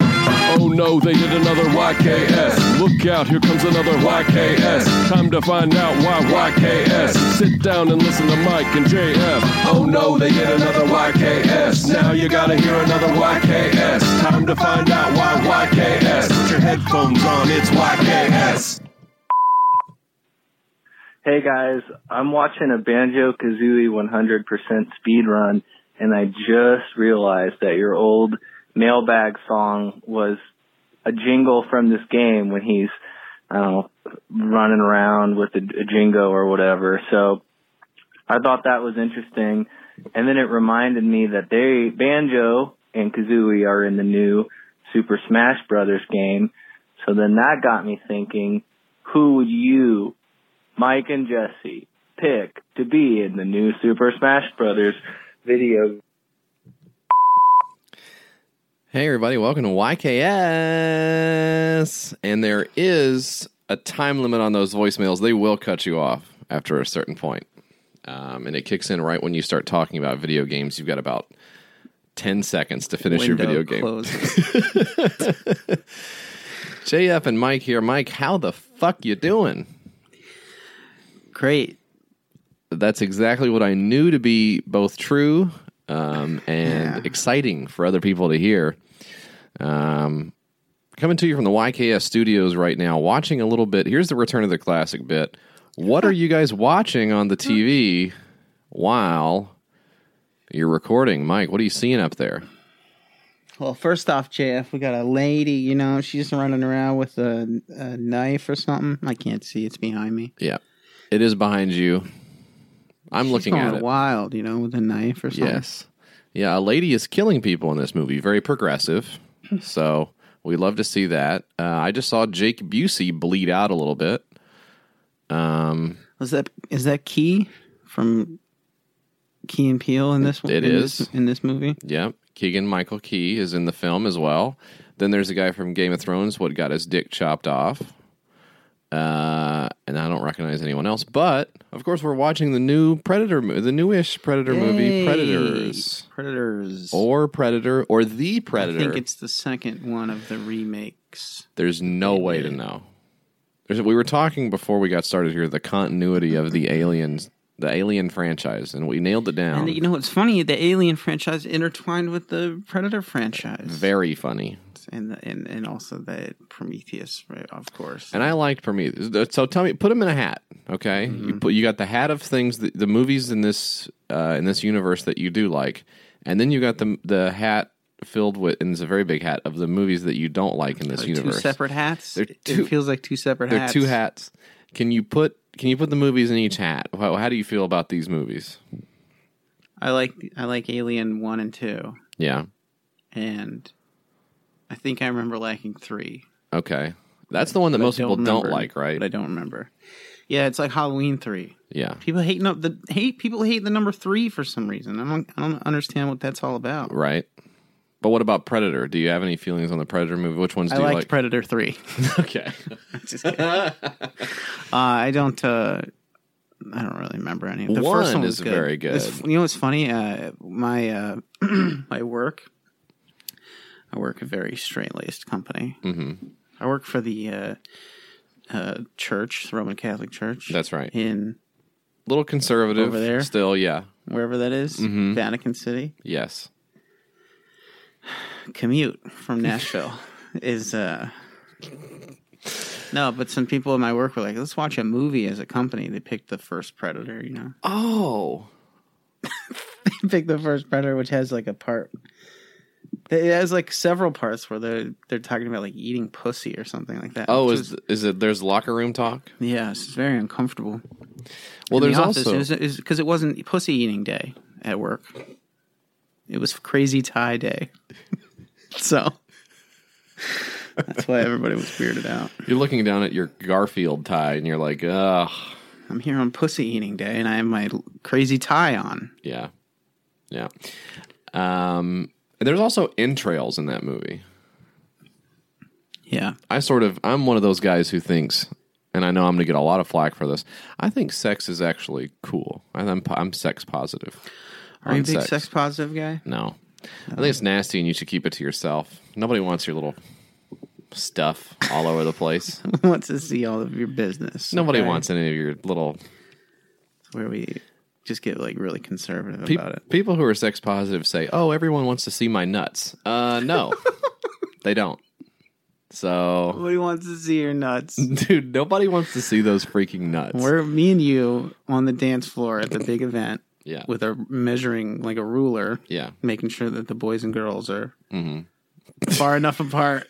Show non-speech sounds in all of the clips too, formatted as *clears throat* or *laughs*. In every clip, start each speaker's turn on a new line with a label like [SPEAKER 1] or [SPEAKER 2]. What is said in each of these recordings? [SPEAKER 1] Oh no, they did another YKS. Look out, here comes another YKS. Time to find out why YKS. Sit down and listen to Mike and JF. Oh no, they did another YKS. Now you gotta hear another YKS. Time to find out why YKS. Put your headphones on, it's YKS.
[SPEAKER 2] Hey guys, I'm watching a Banjo Kazooie 100% speed run, and I just realized that your old mailbag song was a jingle from this game when he's, I don't know, running around with a, a jingo or whatever. So I thought that was interesting, and then it reminded me that they Banjo and Kazooie are in the new Super Smash Brothers game. So then that got me thinking, who would you Mike and Jesse pick to be in the new Super Smash Brothers video.
[SPEAKER 3] Hey, everybody, welcome to YKS. And there is a time limit on those voicemails. They will cut you off after a certain point. Um, and it kicks in right when you start talking about video games. You've got about 10 seconds to finish your video game. *laughs* JF and Mike here. Mike, how the fuck you doing?
[SPEAKER 4] Great.
[SPEAKER 3] That's exactly what I knew to be both true um, and
[SPEAKER 4] Yeah.
[SPEAKER 3] exciting for other people to hear. Um, coming to you from the YKS studios right now, watching a little bit. Here's the Return of the Classic bit. What are you guys watching on the TV while you're recording? Mike, what are you seeing up there?
[SPEAKER 4] Well, first off, JF, we got a lady. You know, she's running around with a, a knife or something. I can't see; it's behind me.
[SPEAKER 3] Yeah. It is behind you. I'm looking
[SPEAKER 4] Going
[SPEAKER 3] at it.
[SPEAKER 4] wild, you know, with a knife or something.
[SPEAKER 3] Yes. Yeah, a lady is killing people in this movie. Very progressive.
[SPEAKER 4] *laughs*
[SPEAKER 3] So we love to see that. Uh, I just saw Jake Busey bleed out a little bit. Um,
[SPEAKER 4] Was that is that Key from Key and Peele in this one?
[SPEAKER 3] It
[SPEAKER 4] in
[SPEAKER 3] is.
[SPEAKER 4] this, in this movie.
[SPEAKER 3] yeah, Keegan Michael Key is in the film as well. Then there's a guy from Game of Thrones, what got his dick chopped off. Uh, and I don't recognize anyone else, but of course we're watching the new Predator, mo- the newish Predator movie,
[SPEAKER 4] Yay.
[SPEAKER 3] Predators,
[SPEAKER 4] Predators.
[SPEAKER 3] or Predator, or the Predator.
[SPEAKER 4] I think it's the second one of the remakes.
[SPEAKER 3] There's no way to know. There's, we were talking before we got started here the continuity of the aliens, the Alien franchise, and we nailed it down.
[SPEAKER 4] And you know what's funny? The Alien franchise intertwined with the Predator franchise,
[SPEAKER 3] Very funny,
[SPEAKER 4] and the, and and also the Prometheus, right, of course.
[SPEAKER 3] and I liked Prometheus. So tell me, put him in a hat, okay? You put you got the hat of things, that, the movies in this uh, in this universe that you do like, and then you got the the hat filled with, and it's a very big hat of the movies that you don't like in this
[SPEAKER 4] Like
[SPEAKER 3] universe.
[SPEAKER 4] Two separate hats.
[SPEAKER 3] They're
[SPEAKER 4] It-
[SPEAKER 3] two-
[SPEAKER 4] it feels like two separate
[SPEAKER 3] They're
[SPEAKER 4] hats.
[SPEAKER 3] two hats. Can you put Can you put the movies in each hat? How, how do you feel about these movies?
[SPEAKER 4] I like I like Alien one and two,
[SPEAKER 3] Yeah.
[SPEAKER 4] and I think I remember liking three.
[SPEAKER 3] Okay. That's the one that
[SPEAKER 4] but I
[SPEAKER 3] most people don't
[SPEAKER 4] remember-
[SPEAKER 3] like, right?
[SPEAKER 4] But I don't remember. Yeah, it's like Halloween three.
[SPEAKER 3] yeah.
[SPEAKER 4] People hate no the hate people hate the number three for some reason. I don't I don't understand what that's all about.
[SPEAKER 3] Right. But what about Predator? Do you have any feelings on the Predator movie? Which ones do
[SPEAKER 4] I
[SPEAKER 3] you
[SPEAKER 4] liked
[SPEAKER 3] like?
[SPEAKER 4] Predator three.
[SPEAKER 3] okay.
[SPEAKER 4] *laughs* Just kidding. uh, I don't. Uh, I don't really remember any. of The
[SPEAKER 3] One
[SPEAKER 4] first one
[SPEAKER 3] is
[SPEAKER 4] was good.
[SPEAKER 3] very good.
[SPEAKER 4] This- you know what's funny? Uh, my uh, *clears throat* my work. I work a very straight laced company.
[SPEAKER 3] hmm
[SPEAKER 4] I work for the uh, uh, church, the Roman Catholic Church.
[SPEAKER 3] That's right.
[SPEAKER 4] in
[SPEAKER 3] little conservative
[SPEAKER 4] Over there?
[SPEAKER 3] still, yeah.
[SPEAKER 4] wherever that is,
[SPEAKER 3] Mhm.
[SPEAKER 4] Vatican City.
[SPEAKER 3] Yes.
[SPEAKER 4] commute from Nashville *laughs* is uh no, but some people in my work were like, "Let's watch a movie as a company." They picked the first Predator, you know.
[SPEAKER 3] Oh.
[SPEAKER 4] They picked the first Predator, which has like a part. It has like several parts where they're they're talking about like eating pussy or something like that.
[SPEAKER 3] Oh,
[SPEAKER 4] which
[SPEAKER 3] is is it there's locker room talk?
[SPEAKER 4] was- yeah, it's very uncomfortable.
[SPEAKER 3] Well,
[SPEAKER 4] In the
[SPEAKER 3] there's
[SPEAKER 4] office,
[SPEAKER 3] also
[SPEAKER 4] it was because it wasn't pussy eating day at work. It was crazy tie day, *laughs* so that's why everybody was weirded out.
[SPEAKER 3] you're looking down at your Garfield tie and you're like, "Ugh,
[SPEAKER 4] I'm here on pussy eating day and I have my l- crazy tie on.
[SPEAKER 3] yeah." Yeah. Um there's also entrails in that movie.
[SPEAKER 4] Yeah.
[SPEAKER 3] I sort of I'm one of those guys who thinks, and I know I'm going to get a lot of flack for this. I think sex is actually cool. I- I'm po- I'm sex positive.
[SPEAKER 4] Are you a
[SPEAKER 3] On
[SPEAKER 4] big sex. positive guy? *laughs*
[SPEAKER 3] No, I think it's nasty, and you should keep it to yourself. Nobody wants your little stuff all over the
[SPEAKER 4] *laughs*
[SPEAKER 3] place.
[SPEAKER 4] wants to see all of your business.
[SPEAKER 3] Nobody
[SPEAKER 4] okay?
[SPEAKER 3] wants any of your little
[SPEAKER 4] It's where we just get like really conservative
[SPEAKER 3] Peop-
[SPEAKER 4] about it.
[SPEAKER 3] People who are sex positive say, "Oh, everyone wants to see my nuts." Uh,
[SPEAKER 4] *laughs*
[SPEAKER 3] no, they don't. So, *laughs*
[SPEAKER 4] Nobody wants to see your nuts.
[SPEAKER 3] dude, nobody wants to see those freaking nuts.
[SPEAKER 4] We're me and you on the dance floor at the big event
[SPEAKER 3] yeah,
[SPEAKER 4] with a measuring like a ruler,
[SPEAKER 3] yeah,
[SPEAKER 4] making sure that the boys and girls are
[SPEAKER 3] Mhm.
[SPEAKER 4] far
[SPEAKER 3] *laughs*
[SPEAKER 4] enough apart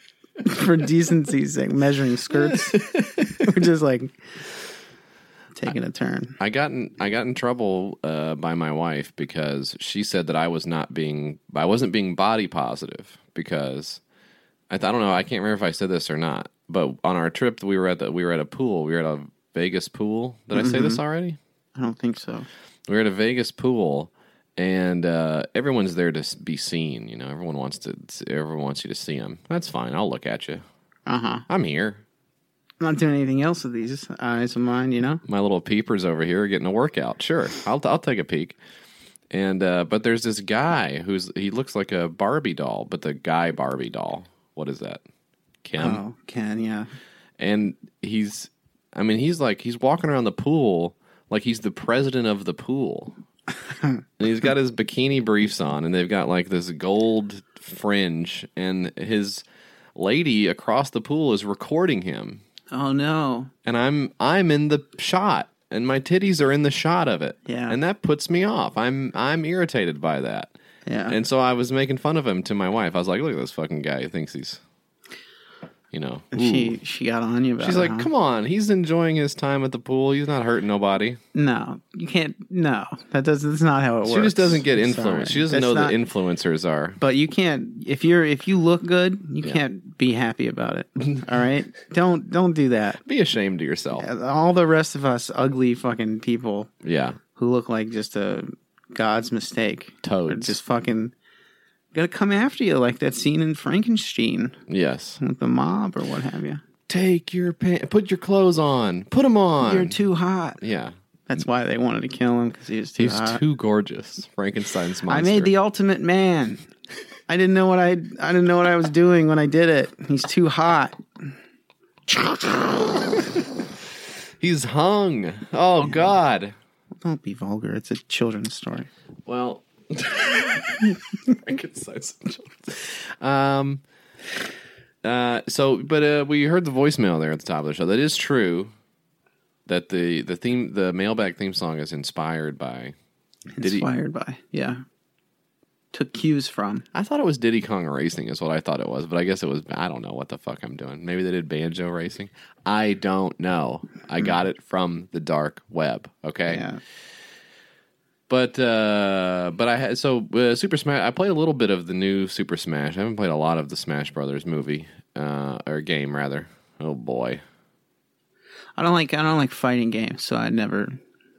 [SPEAKER 4] for decency's sake. Measuring skirts, we're just like taking a turn.
[SPEAKER 3] I got in I got in trouble uh, by my wife because she said that I was not being I wasn't being body positive because I, th- I don't know I can't remember if I said this or not. But on our trip, we were at the we were at a pool. We were at a Vegas pool. Did I say this already?
[SPEAKER 4] I don't think so.
[SPEAKER 3] we were at a Vegas pool, and uh, everyone's there to s- be seen. You know, everyone wants to. Everyone wants you to see them. That's fine. I'll look at you.
[SPEAKER 4] Uh huh.
[SPEAKER 3] I'm here.
[SPEAKER 4] I'm not doing anything else with these eyes of mine, you know?
[SPEAKER 3] My little peepers over here are getting a workout. Sure, I'll I'll take a peek. And uh, but there's this guy who's he looks like a Barbie doll, but the guy Barbie doll. What is that? Kim.
[SPEAKER 4] oh, Ken, yeah.
[SPEAKER 3] and he's i mean he's like he's walking around the pool like he's the president of the pool and he's got his bikini briefs on and they've got like this gold fringe and his lady across the pool is recording him
[SPEAKER 4] Oh no.
[SPEAKER 3] and i'm i'm in the shot and my titties are in the shot of it
[SPEAKER 4] Yeah.
[SPEAKER 3] and that puts me off i'm i'm irritated by that
[SPEAKER 4] Yeah.
[SPEAKER 3] and so i was making fun of him to my wife i was like look at this fucking guy who thinks he's you know
[SPEAKER 4] she she got on you about
[SPEAKER 3] She's
[SPEAKER 4] it,
[SPEAKER 3] like,
[SPEAKER 4] huh?
[SPEAKER 3] come on, he's enjoying his time at the pool. He's not hurting nobody.
[SPEAKER 4] No, you can't. No, that does. That's not how it works.
[SPEAKER 3] She just doesn't get
[SPEAKER 4] I'm
[SPEAKER 3] influenced.
[SPEAKER 4] sorry.
[SPEAKER 3] She doesn't know
[SPEAKER 4] That's not-
[SPEAKER 3] that influencers are.
[SPEAKER 4] But you can't. If you're if you look good, you can't be happy
[SPEAKER 3] *laughs*
[SPEAKER 4] about it. All right. Don't don't do that.
[SPEAKER 3] Be ashamed of yourself.
[SPEAKER 4] All the rest of us ugly fucking people
[SPEAKER 3] Yeah.
[SPEAKER 4] who look like just a God's mistake.
[SPEAKER 3] Toads.
[SPEAKER 4] Are Just fucking. Gotta come after you like that scene in Frankenstein
[SPEAKER 3] Yes.
[SPEAKER 4] with the mob or what have you.
[SPEAKER 3] Take your pants. Put your clothes on. Put them on.
[SPEAKER 4] You're too hot.
[SPEAKER 3] yeah.
[SPEAKER 4] That's why they wanted to kill him because he was too
[SPEAKER 3] He's
[SPEAKER 4] hot.
[SPEAKER 3] too gorgeous. Frankenstein's monster.
[SPEAKER 4] Uh, I made the ultimate man. I didn't know what I I didn't know what I was doing when I did it. He's too hot.
[SPEAKER 3] He's hung. Oh God.
[SPEAKER 4] Don't be vulgar. It's a children's story.
[SPEAKER 3] *laughs* Well. Frankenstein's Um. Uh. So, but uh, we heard the voicemail there at the top of the show. That is true. That the the theme the mailbag theme song is inspired by. Did he-
[SPEAKER 4] Inspired by. Yeah. Took cues from.
[SPEAKER 3] I thought it was Diddy Kong Racing is what I thought it was, but I guess it was. I don't know what the fuck I'm doing. Maybe they did banjo racing. I don't know. I got it from the dark web. Okay.
[SPEAKER 4] Yeah.
[SPEAKER 3] But uh, but I had so uh, Super Smash. I played a little bit of the new Super Smash. I haven't played a lot of the Smash Brothers movie uh, or game rather. Oh boy,
[SPEAKER 4] I don't like I don't like fighting games, so I never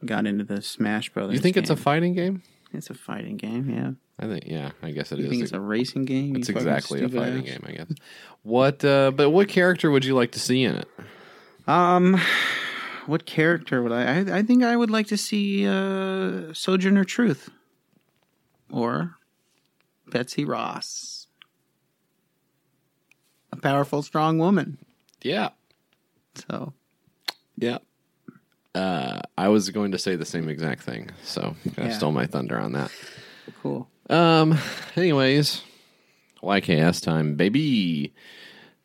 [SPEAKER 4] got into the Smash Brothers.
[SPEAKER 3] you think it's a
[SPEAKER 4] game.
[SPEAKER 3] fighting game?
[SPEAKER 4] it's a fighting game? Yeah.
[SPEAKER 3] I think yeah. I guess it is.
[SPEAKER 4] You think it's a racing game?
[SPEAKER 3] It's
[SPEAKER 4] you fucking
[SPEAKER 3] exactly a
[SPEAKER 4] stupid
[SPEAKER 3] fighting
[SPEAKER 4] ass?
[SPEAKER 3] game. I guess. What? Uh, but what character would you like to see in it?
[SPEAKER 4] Um, what character would I? I, I think I would like to see uh, Sojourner Truth or Betsy Ross, a powerful, strong woman.
[SPEAKER 3] Yeah.
[SPEAKER 4] So
[SPEAKER 3] Yeah. Uh, I was going to say the same exact thing, so I
[SPEAKER 4] Yeah.
[SPEAKER 3] stole my thunder on that.
[SPEAKER 4] cool.
[SPEAKER 3] Um. Anyways, YKS time, baby.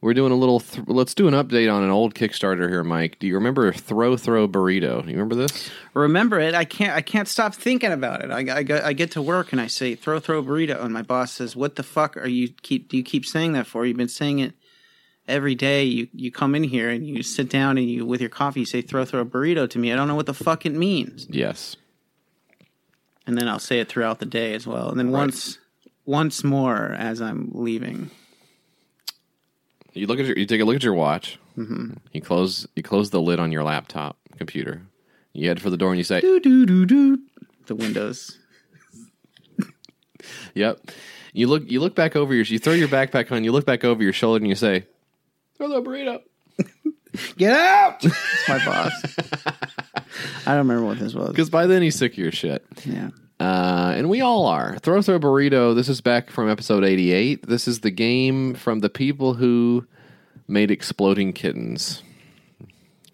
[SPEAKER 3] We're doing a little. Th- let's do an update on an old Kickstarter here, Mike. Do you remember Throw Throw Burrito? You remember this?
[SPEAKER 4] Remember it. I can't. I can't stop thinking about it. I, I, go- I get to work and I say throw throw burrito, and my boss says, "What the fuck are you keep? Do you keep saying that for? You've been saying it." Every day you, you come in here and you sit down and you with your coffee you say throw throw burrito to me. I don't know what the fuck it means.
[SPEAKER 3] Yes.
[SPEAKER 4] and then I'll say it throughout the day as well. And then once, once more as I'm leaving.
[SPEAKER 3] You look at your. You take a look at your watch. You close. You close the lid on your laptop computer. You head for the door and you say,
[SPEAKER 4] Do do do do. The windows.
[SPEAKER 3] "Yep." You look. You look back over your. You throw your backpack on. You look back over your shoulder and you say, "Throw the burrito."
[SPEAKER 4] Get out! It's my *laughs* boss. I don't remember what this was.
[SPEAKER 3] Because by then he's sick of your shit.
[SPEAKER 4] Yeah.
[SPEAKER 3] Uh, and we all are. Throw Throw Burrito, this is back from episode 88. This is the game from the people who made exploding kittens,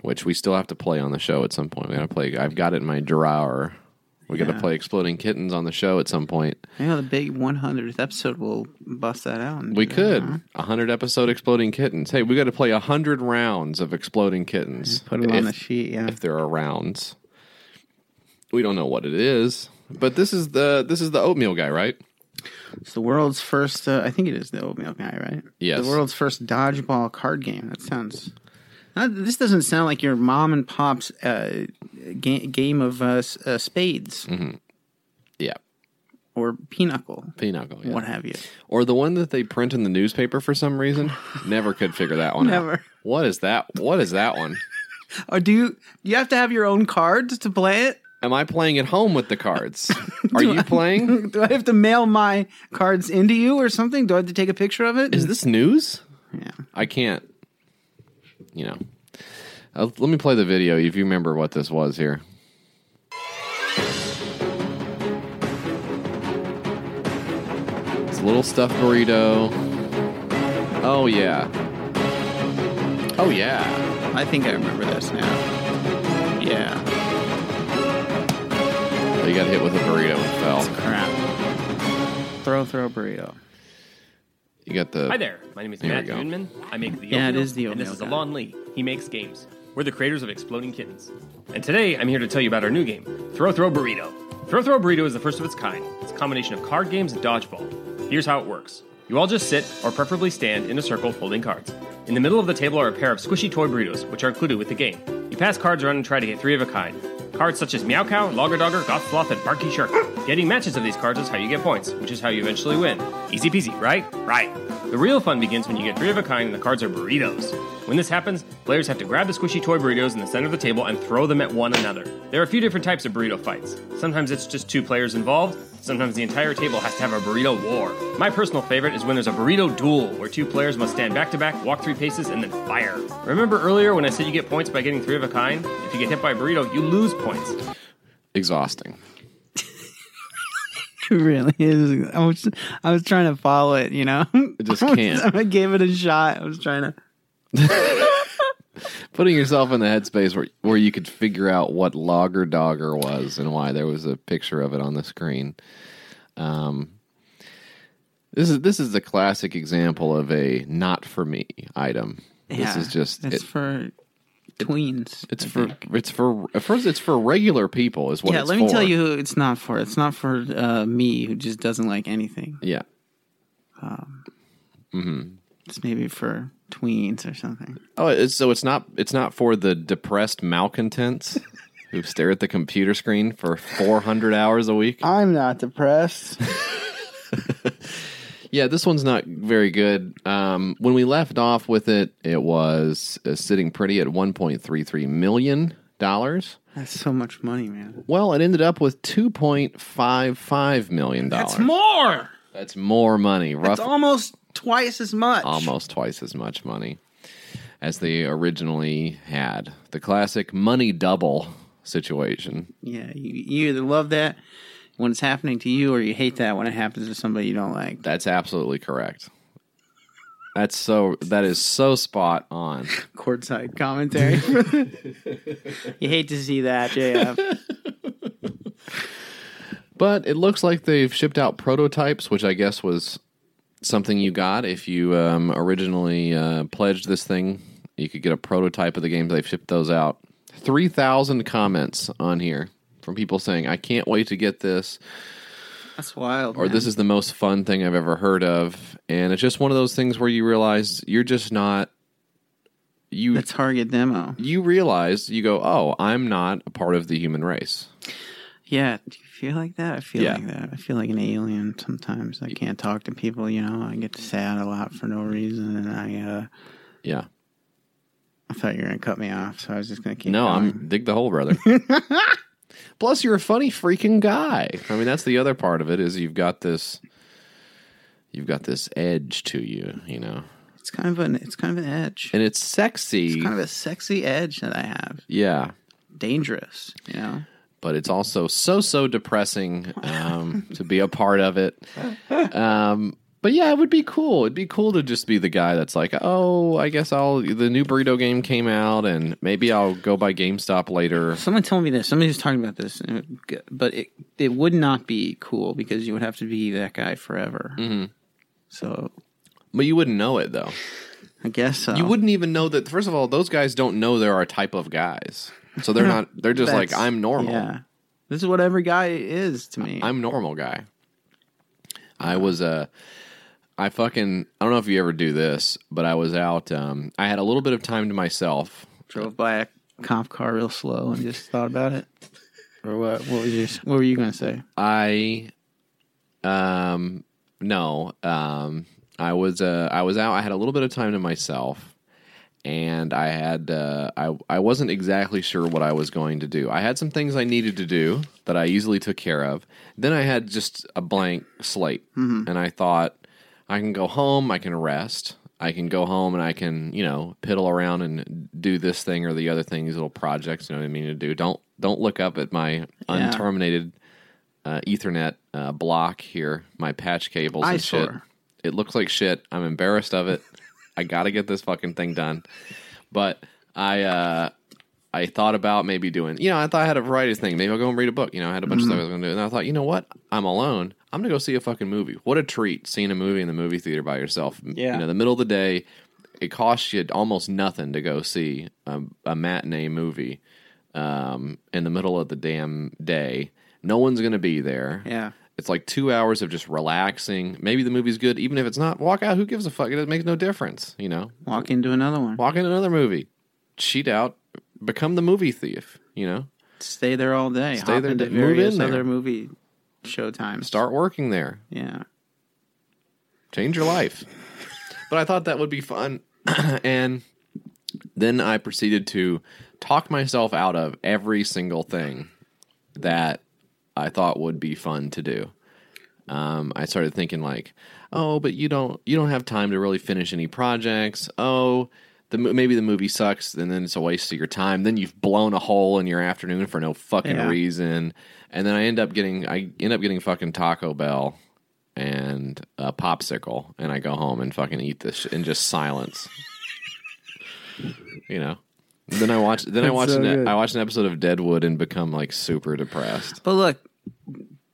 [SPEAKER 3] which we still have to play on the show at some point. We got to play. I've got it in my drawer. We got to
[SPEAKER 4] Yeah.
[SPEAKER 3] play exploding kittens on the show at some point.
[SPEAKER 4] I know the big 100th episode will bust that out. and uh,
[SPEAKER 3] We
[SPEAKER 4] do
[SPEAKER 3] could
[SPEAKER 4] that, huh?
[SPEAKER 3] a hundred episode exploding kittens. Hey, we got to play a hundred rounds of exploding kittens.
[SPEAKER 4] put it on
[SPEAKER 3] If-
[SPEAKER 4] the sheet. Yeah,
[SPEAKER 3] if there are rounds. We don't know what it is, but this is the this is the oatmeal guy, right?
[SPEAKER 4] it's the world's first. Uh, I think it is the oatmeal guy, right?
[SPEAKER 3] Yes.
[SPEAKER 4] the world's first dodgeball card game. That sounds. Not, this doesn't sound like your mom and pop's uh, ga- game of uh, s- uh, spades
[SPEAKER 3] Mm-hmm. Yeah,
[SPEAKER 4] or pinochle,
[SPEAKER 3] pinochle. yeah.
[SPEAKER 4] what have you.
[SPEAKER 3] Or the one that they print in the newspaper for some reason.
[SPEAKER 4] *laughs*
[SPEAKER 3] Never could figure that one out.
[SPEAKER 4] Never.
[SPEAKER 3] What is that? What is that one?
[SPEAKER 4] Or do you? You have to have your own cards to play it.
[SPEAKER 3] Am I playing at home with the
[SPEAKER 4] *laughs*
[SPEAKER 3] cards? Are you playing?
[SPEAKER 4] Do I have to mail my cards into you or something? Do I have to take a picture of it?
[SPEAKER 3] Is this news?
[SPEAKER 4] yeah.
[SPEAKER 3] I can't. You know. Uh, let me play the video if you remember what this was here. It's a little stuffed burrito. Oh yeah. Oh yeah.
[SPEAKER 4] I think I remember this now. Yeah.
[SPEAKER 3] Oh, you got hit with a burrito and fell.
[SPEAKER 4] Crap. Throw, throw burrito.
[SPEAKER 3] You got the
[SPEAKER 5] Hi there. My name is
[SPEAKER 3] Here we
[SPEAKER 5] Matt
[SPEAKER 3] go.
[SPEAKER 5] Noonman. I make the
[SPEAKER 4] Yeah, it
[SPEAKER 5] oatmeal,
[SPEAKER 4] is the
[SPEAKER 5] and this
[SPEAKER 4] oatmeal
[SPEAKER 5] is
[SPEAKER 4] guy.
[SPEAKER 5] Alon Lee. He makes games. We're the creators of Exploding Kittens. And today I'm here to tell you about our new game, Throw Throw Burrito. Throw Throw Burrito is the first of its kind. It's a combination of card games and dodgeball. Here's how it works. You all just sit, or preferably stand, in a circle holding cards. In the middle of the table are a pair of squishy toy burritos, which are included with the game. You pass cards around and try to get three of a kind. Cards such as Meow Cow, Logger Dogger, Gothfloth, and Barky Shark. Getting matches of these cards is how you get points, which is how you eventually win. Easy peasy, right? Right. The real fun begins when you get three of a kind and the cards are burritos. When this happens, players have to grab the squishy toy burritos in the center of the table and throw them at one another. There are a few different types of burrito fights. Sometimes it's just two players involved, sometimes the entire table has to have a burrito war. My personal favorite is when there's a burrito duel, where two players must stand back to back, walk three paces, and then fire. Remember earlier when I said you get points by getting three of a kind? If you get hit by a burrito, you lose points.
[SPEAKER 3] exhausting.
[SPEAKER 4] It *laughs* really is. I was, I was trying to follow it, you know? *laughs* I
[SPEAKER 3] just
[SPEAKER 4] was-
[SPEAKER 3] can't.
[SPEAKER 4] I gave it a shot. I was trying to.
[SPEAKER 3] Putting yourself in the headspace where where you could figure out what Lager Dogger was and why there was a picture of it on the screen. Um, this is this is a classic example of a not for me item. This
[SPEAKER 4] Yeah,
[SPEAKER 3] is just it,
[SPEAKER 4] It's for tweens.
[SPEAKER 3] it's
[SPEAKER 4] I
[SPEAKER 3] for
[SPEAKER 4] think.
[SPEAKER 3] it's for at first it's for regular people is what.
[SPEAKER 4] Yeah,
[SPEAKER 3] it's
[SPEAKER 4] let me
[SPEAKER 3] for.
[SPEAKER 4] tell you who it's not for. It's not for uh, me, who just doesn't like anything.
[SPEAKER 3] Yeah,
[SPEAKER 4] It's maybe for tweens or something.
[SPEAKER 3] Oh, it's, so it's not it's not for the depressed
[SPEAKER 4] *laughs*
[SPEAKER 3] malcontents who stare at the computer screen for four hundred hours a week.
[SPEAKER 4] I'm not depressed.
[SPEAKER 3] Yeah, this one's not very good. Um, when we left off with it, it was uh, sitting pretty at one point three three million dollars.
[SPEAKER 4] *laughs* That's so much money, man.
[SPEAKER 3] Well, it ended up with two point five five million dollars.
[SPEAKER 4] That's more.
[SPEAKER 3] That's more money,
[SPEAKER 4] That's
[SPEAKER 3] roughly
[SPEAKER 4] almost twice as much.
[SPEAKER 3] almost twice as much money as they originally had. The classic money double situation.
[SPEAKER 4] Yeah, you, you either love that when it's happening to you, or you hate that when it happens to somebody you don't like.
[SPEAKER 3] That's absolutely correct. That's so. That is so spot on.
[SPEAKER 4] Courtside commentary. *laughs* you hate to see that, JF.
[SPEAKER 3] But it looks like they've shipped out prototypes, which I guess was something you got if you um, originally uh, pledged this thing. You could get a prototype of the game. They've shipped those out. 3,000 comments on here from people saying, I can't wait to get this,
[SPEAKER 4] That's wild.
[SPEAKER 3] or this is the most fun thing I've ever heard of. And it's just one of those things where you realize you're just not. You,
[SPEAKER 4] the target demo.
[SPEAKER 3] you realize, you go, oh, I'm not a part of the human race.
[SPEAKER 4] Yeah, do you feel like that? I feel
[SPEAKER 3] Yeah.
[SPEAKER 4] like that. I feel like an alien sometimes. I can't talk to people. You know, I get sad a lot for no reason, and I. uh
[SPEAKER 3] Yeah.
[SPEAKER 4] I thought you were gonna cut me off, so I was just gonna keep.
[SPEAKER 3] No,
[SPEAKER 4] going.
[SPEAKER 3] I'm dig the hole, brother. *laughs* Plus, you're a funny freaking guy. I mean, that's the other part of it is you've got this, you've got this edge to you, you know,
[SPEAKER 4] It's kind of an. It's kind of an edge.
[SPEAKER 3] and it's sexy.
[SPEAKER 4] It's kind of a sexy edge that I have.
[SPEAKER 3] yeah,
[SPEAKER 4] Dangerous, you know.
[SPEAKER 3] but it's *laughs* also so so depressing um, to be a part of it. Um, But yeah, it would be cool. It'd be cool to just be the guy that's like, oh, I guess I'll. The new burrito game came out, and maybe I'll go by GameStop later.
[SPEAKER 4] Someone told me this. Somebody was talking about this, and it- but it it would not be cool because you would have to be that guy forever. Mm-hmm. So
[SPEAKER 3] But you wouldn't know it though.
[SPEAKER 4] I guess uh, so.
[SPEAKER 3] You wouldn't even know that. First of all, those guys don't know there are a type of guys, so
[SPEAKER 4] *laughs*
[SPEAKER 3] they're not. They're just like,
[SPEAKER 4] That's-
[SPEAKER 3] I'm normal.
[SPEAKER 4] Yeah, this is what every guy is to me.
[SPEAKER 3] I'm normal guy. I was uh, I fucking I don't know if you ever do this, but I was out um I had a little bit of time to myself.
[SPEAKER 4] drove by a comp car real slow and just thought about
[SPEAKER 3] *laughs*
[SPEAKER 4] it. Or what? What was your, What were you gonna say?
[SPEAKER 3] I um no, um I was uh I was out I had a little bit of time to myself and I had uh I I wasn't exactly sure what I was going to do. I had some things I needed to do that I easily took care of. Then I had just a blank slate and I thought I can go home, I can rest. I can go home and I can, you know, piddle around and do this thing or the other thing, these little projects, you know what I mean to do. Don't don't look up at my unterminated uh, Ethernet uh, block here, my patch cables and shit.
[SPEAKER 4] Eyesore.
[SPEAKER 3] It looks like shit. I'm embarrassed of
[SPEAKER 4] *laughs*
[SPEAKER 3] it. I got to get this fucking thing done. But I uh, I thought about maybe doing, you know, I thought I had a variety of things. Maybe I'll go and read a book. You know, I had a bunch
[SPEAKER 4] Mm-hmm.
[SPEAKER 3] of stuff I was going to do. And I thought, you know what? I'm alone. I'm going to go see a fucking movie. What a treat seeing a movie in the movie theater by yourself.
[SPEAKER 4] Yeah.
[SPEAKER 3] You know, the middle of the day, it costs you almost nothing to go see a, a matinee movie um, in the middle of the damn day. No one's going to be there.
[SPEAKER 4] Yeah.
[SPEAKER 3] It's like two hours of just relaxing. Maybe the movie's good. Even if it's not, walk out. Who gives a fuck? It makes no difference, you know?
[SPEAKER 4] Walk into another one.
[SPEAKER 3] Walk into another movie. Cheat out. Become the movie thief, you know?
[SPEAKER 4] Stay there all day.
[SPEAKER 3] Stay
[SPEAKER 4] Hop
[SPEAKER 3] there
[SPEAKER 4] into
[SPEAKER 3] to- move in
[SPEAKER 4] various
[SPEAKER 3] there.
[SPEAKER 4] Other movie showtime.
[SPEAKER 3] Start working there.
[SPEAKER 4] Yeah.
[SPEAKER 3] change your life. but I thought that would be fun. *clears throat* and then I proceeded to talk myself out of every single thing that I thought would be fun to do. Um, I started thinking like, oh, but you don't you don't have time to really finish any projects. Oh, the mo- maybe the movie sucks, and then it's a waste of your time. Then you've blown a hole in your afternoon for no fucking
[SPEAKER 4] Yeah.
[SPEAKER 3] reason. And then I end up getting I end up getting fucking Taco Bell and a popsicle, and I go home and fucking eat this sh- in just silence. you know. Then I watch. Then I watch.
[SPEAKER 4] so
[SPEAKER 3] an, e,
[SPEAKER 4] good.
[SPEAKER 3] I watch an episode of Deadwood and become like super depressed.
[SPEAKER 4] But look,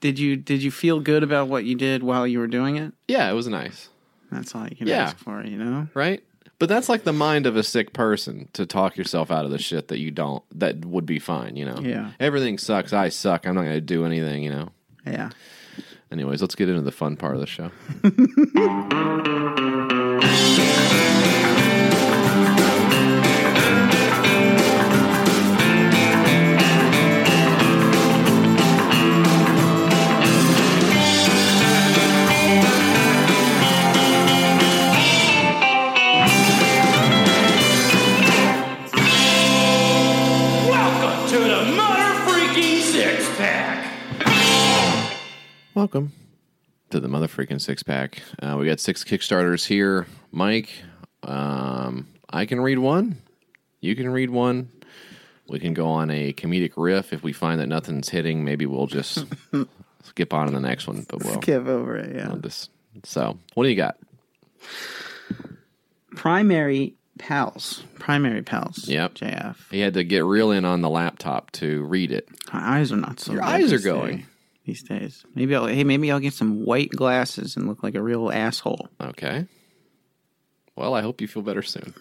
[SPEAKER 4] did you did you feel good about what you did while you were doing it?
[SPEAKER 3] Yeah, it was nice.
[SPEAKER 4] That's all you can
[SPEAKER 3] Yeah.
[SPEAKER 4] ask for, you know.
[SPEAKER 3] right? But that's like the mind of a sick person to talk yourself out of the shit that you don't that would be fine, you know.
[SPEAKER 4] Yeah.
[SPEAKER 3] Everything sucks. I suck. I'm not going to do anything, you know.
[SPEAKER 4] Yeah.
[SPEAKER 3] Anyways, let's get into the fun part of the show.
[SPEAKER 6] Welcome to the Mother Freaking Six Pack.
[SPEAKER 3] Welcome to the mother freaking six pack. Uh, we got six Kickstarters here. Mike, um, I can read one. You can read one. We can go on a comedic riff if we find that nothing's hitting. Maybe we'll
[SPEAKER 4] *laughs*
[SPEAKER 3] just skip on to the next one. But Oh. we'll
[SPEAKER 4] Skip over it. Yeah.
[SPEAKER 3] this. So, what do you got?
[SPEAKER 4] Primary pals. Primary pals.
[SPEAKER 3] Yep.
[SPEAKER 4] JF.
[SPEAKER 3] He had to get real in on the laptop to read it.
[SPEAKER 4] My eyes are not so.
[SPEAKER 3] Your
[SPEAKER 4] good
[SPEAKER 3] eyes are
[SPEAKER 4] these
[SPEAKER 3] going.
[SPEAKER 4] days- these days. Maybe I'll hey maybe I'll get some white glasses and look like a real asshole.
[SPEAKER 3] Okay. Well, I hope you feel better soon.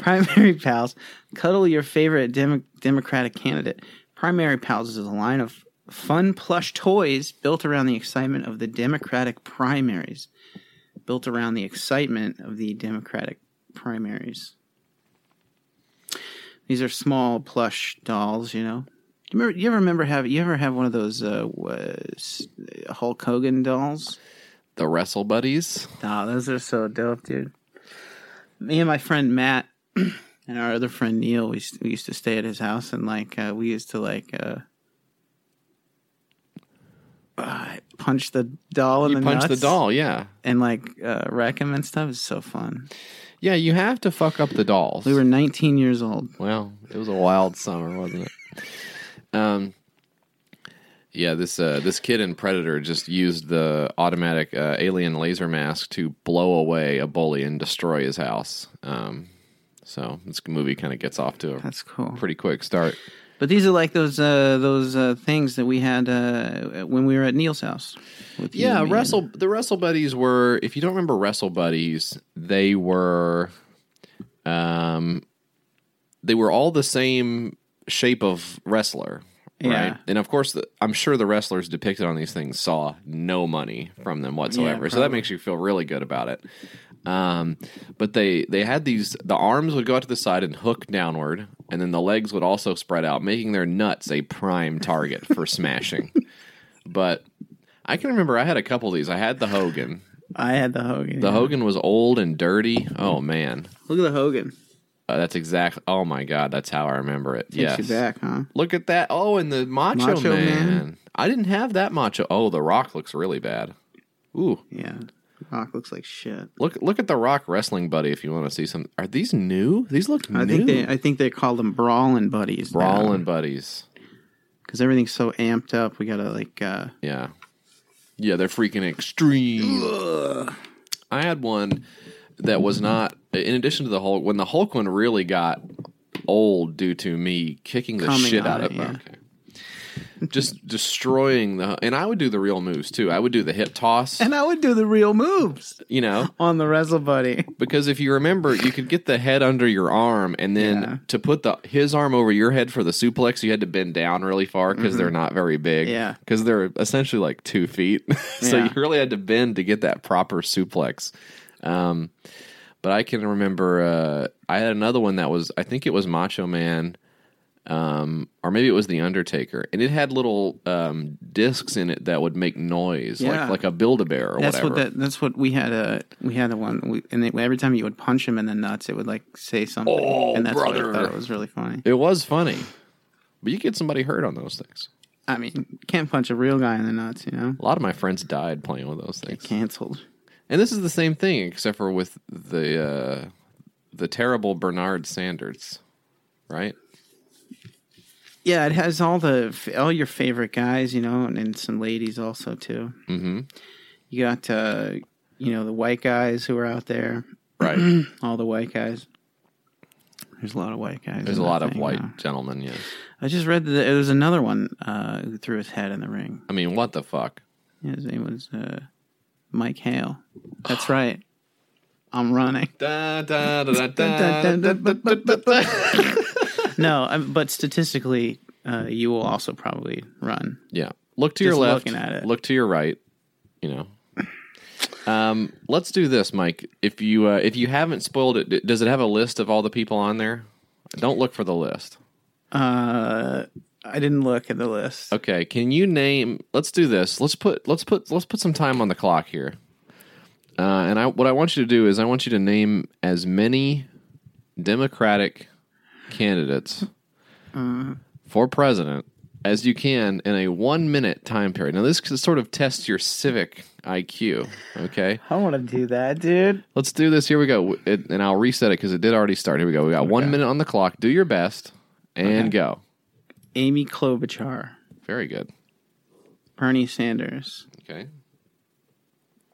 [SPEAKER 4] Primary Pals, cuddle your favorite dem- Democratic candidate. Primary Pals is a line of fun plush toys built around the excitement of the Democratic primaries. Built around the excitement of the Democratic primaries. These are small plush dolls, you know. You, remember, you ever remember have you ever have one of those uh, was, Hulk Hogan dolls?
[SPEAKER 3] The Wrestle Buddies.
[SPEAKER 4] Oh, those are so dope, dude. Me and my friend Matt *clears throat* and our other friend Neil, we, s- we used to stay at his house and like uh, we used to like uh, uh, punch the doll in
[SPEAKER 3] You
[SPEAKER 4] the
[SPEAKER 3] punch the
[SPEAKER 4] nuts
[SPEAKER 3] doll, yeah.
[SPEAKER 4] and like uh, wreck him and stuff. It's so fun.
[SPEAKER 3] Yeah, you have to fuck up the dolls.
[SPEAKER 4] We were 19 years old.
[SPEAKER 3] well, it was a wild summer, wasn't it? Um Yeah, this uh, this kid in Predator just used the automatic uh, alien laser mask to blow away a bully and destroy his house. Um, so this movie kind of gets off to a
[SPEAKER 4] That's cool.
[SPEAKER 3] pretty quick start.
[SPEAKER 4] But these are like those uh, those uh, things that we had uh, when we were at Neil's house. With you,
[SPEAKER 3] Yeah,
[SPEAKER 4] me, and-
[SPEAKER 3] Wrestle the Wrestle Buddies were if you don't remember Wrestle Buddies, they were um they were all the same shape of wrestler, right?
[SPEAKER 4] Yeah.
[SPEAKER 3] And of course, the, I'm sure the wrestlers depicted on these things saw no money from them whatsoever. so that
[SPEAKER 4] probably.
[SPEAKER 3] makes you feel really good about it. Um, but they they had these the arms would go out to the side and hook downward, and then the legs would also spread out, making their nuts a prime target for
[SPEAKER 4] *laughs*
[SPEAKER 3] smashing. But I can remember I had a couple of these. I had the Hogan.
[SPEAKER 4] I had the Hogan.
[SPEAKER 3] The Hogan was old and dirty. Oh man,
[SPEAKER 4] Look at the Hogan.
[SPEAKER 3] uh, that's exact. Oh my god, that's how I remember it.
[SPEAKER 4] Takes
[SPEAKER 3] Yes.
[SPEAKER 4] you back, huh?
[SPEAKER 3] Look at that. Oh, and the Macho,
[SPEAKER 4] Macho
[SPEAKER 3] man.
[SPEAKER 4] Man.
[SPEAKER 3] I didn't have that Macho. Oh, The Rock looks really bad. Ooh,
[SPEAKER 4] Yeah. Rock looks like shit.
[SPEAKER 3] look look at The Rock wrestling buddy if you want to see some. Are these new? These look
[SPEAKER 4] I
[SPEAKER 3] new.
[SPEAKER 4] think they I think they call them brawling buddies.
[SPEAKER 3] Brawling buddies.
[SPEAKER 4] because everything's so amped up. We gotta like uh,
[SPEAKER 3] Yeah. Yeah, they're freaking extreme. I had one that was not in addition to the Hulk when the Hulk one really got old due to me kicking the
[SPEAKER 4] Coming
[SPEAKER 3] shit
[SPEAKER 4] on
[SPEAKER 3] out
[SPEAKER 4] it,
[SPEAKER 3] of
[SPEAKER 4] yeah.
[SPEAKER 3] okay. Just *laughs* destroying the and I would do the real moves too. I would do the hip toss,
[SPEAKER 4] and I would do the real moves
[SPEAKER 3] you know,
[SPEAKER 4] on the Wrestle Buddy.
[SPEAKER 3] because if you remember, you could get the head under your arm and then
[SPEAKER 4] Yeah.
[SPEAKER 3] to put the his arm over your head for the suplex, you had to bend down really far because they're not very big.
[SPEAKER 4] Mm-hmm. Yeah.
[SPEAKER 3] because they're essentially like two feet, *laughs* so
[SPEAKER 4] Yeah.
[SPEAKER 3] you really had to bend to get that proper suplex. Um, but I can remember uh, I had another one that was I think it was Macho Man. Um, or maybe it was the Undertaker, and it had little um, discs in it that would make noise,
[SPEAKER 4] Yeah.
[SPEAKER 3] like like a Build a Bear or
[SPEAKER 4] That's
[SPEAKER 3] whatever.
[SPEAKER 4] what that, that's what we had a we had the one we, and they, every time you would punch him in the nuts, it would like say something.
[SPEAKER 3] Oh,
[SPEAKER 4] and that's
[SPEAKER 3] brother.
[SPEAKER 4] what I thought was really funny.
[SPEAKER 3] It was funny, but you get somebody hurt on those things.
[SPEAKER 4] I mean, can't punch a real guy in the nuts, you know.
[SPEAKER 3] A lot of my friends died playing with those things,
[SPEAKER 4] Cancelled.
[SPEAKER 3] and this is the same thing, except for with the uh, the terrible Bernard Sanders, right?
[SPEAKER 4] Yeah, it has all the all your favorite guys, you know, and, and some ladies also too. Mm-hmm. You got uh, you know the white guys who are out there, *clears throat*
[SPEAKER 3] Right.
[SPEAKER 4] all the white guys. There's a lot of white guys.
[SPEAKER 3] There's a
[SPEAKER 4] in that
[SPEAKER 3] lot of
[SPEAKER 4] thing,
[SPEAKER 3] white
[SPEAKER 4] huh?
[SPEAKER 3] gentlemen. Yeah.
[SPEAKER 4] I just read that there was another one uh, who threw his head in the ring.
[SPEAKER 3] I mean, what the fuck?
[SPEAKER 4] His name was uh, Mike Hale.
[SPEAKER 3] *sighs*
[SPEAKER 4] That's right.
[SPEAKER 3] *laughs*
[SPEAKER 4] I'm running.
[SPEAKER 3] Da, da,
[SPEAKER 4] *laughs*
[SPEAKER 3] da, da, da, da, da, da, da, da.
[SPEAKER 4] No, i but statistically, uh, you will also probably run.
[SPEAKER 3] Yeah. Look to your
[SPEAKER 4] Just
[SPEAKER 3] left.
[SPEAKER 4] looking at it.
[SPEAKER 3] Look to your right. You know. Um, let's do this, Mike. If you uh, if you haven't spoiled it, d- does it have a list of all the people on there? Don't look for the list.
[SPEAKER 4] Uh, I didn't look at the list.
[SPEAKER 3] Okay, can you name? Let's do this. Let's put let's put let's put some time on the clock here. Uh, and I what I want you to do is I want you to name as many Democratic candidates for president as you can in a one minute time period. Now this sort of tests your civic IQ. Okay,
[SPEAKER 4] I want to do that, dude.
[SPEAKER 3] let's do this. Here we go, it, and I'll reset it because it did already start. Here we go. We got one minute on the clock. Do your best and go.
[SPEAKER 4] Amy Klobuchar,
[SPEAKER 3] Very good.
[SPEAKER 4] Bernie Sanders,
[SPEAKER 3] Okay.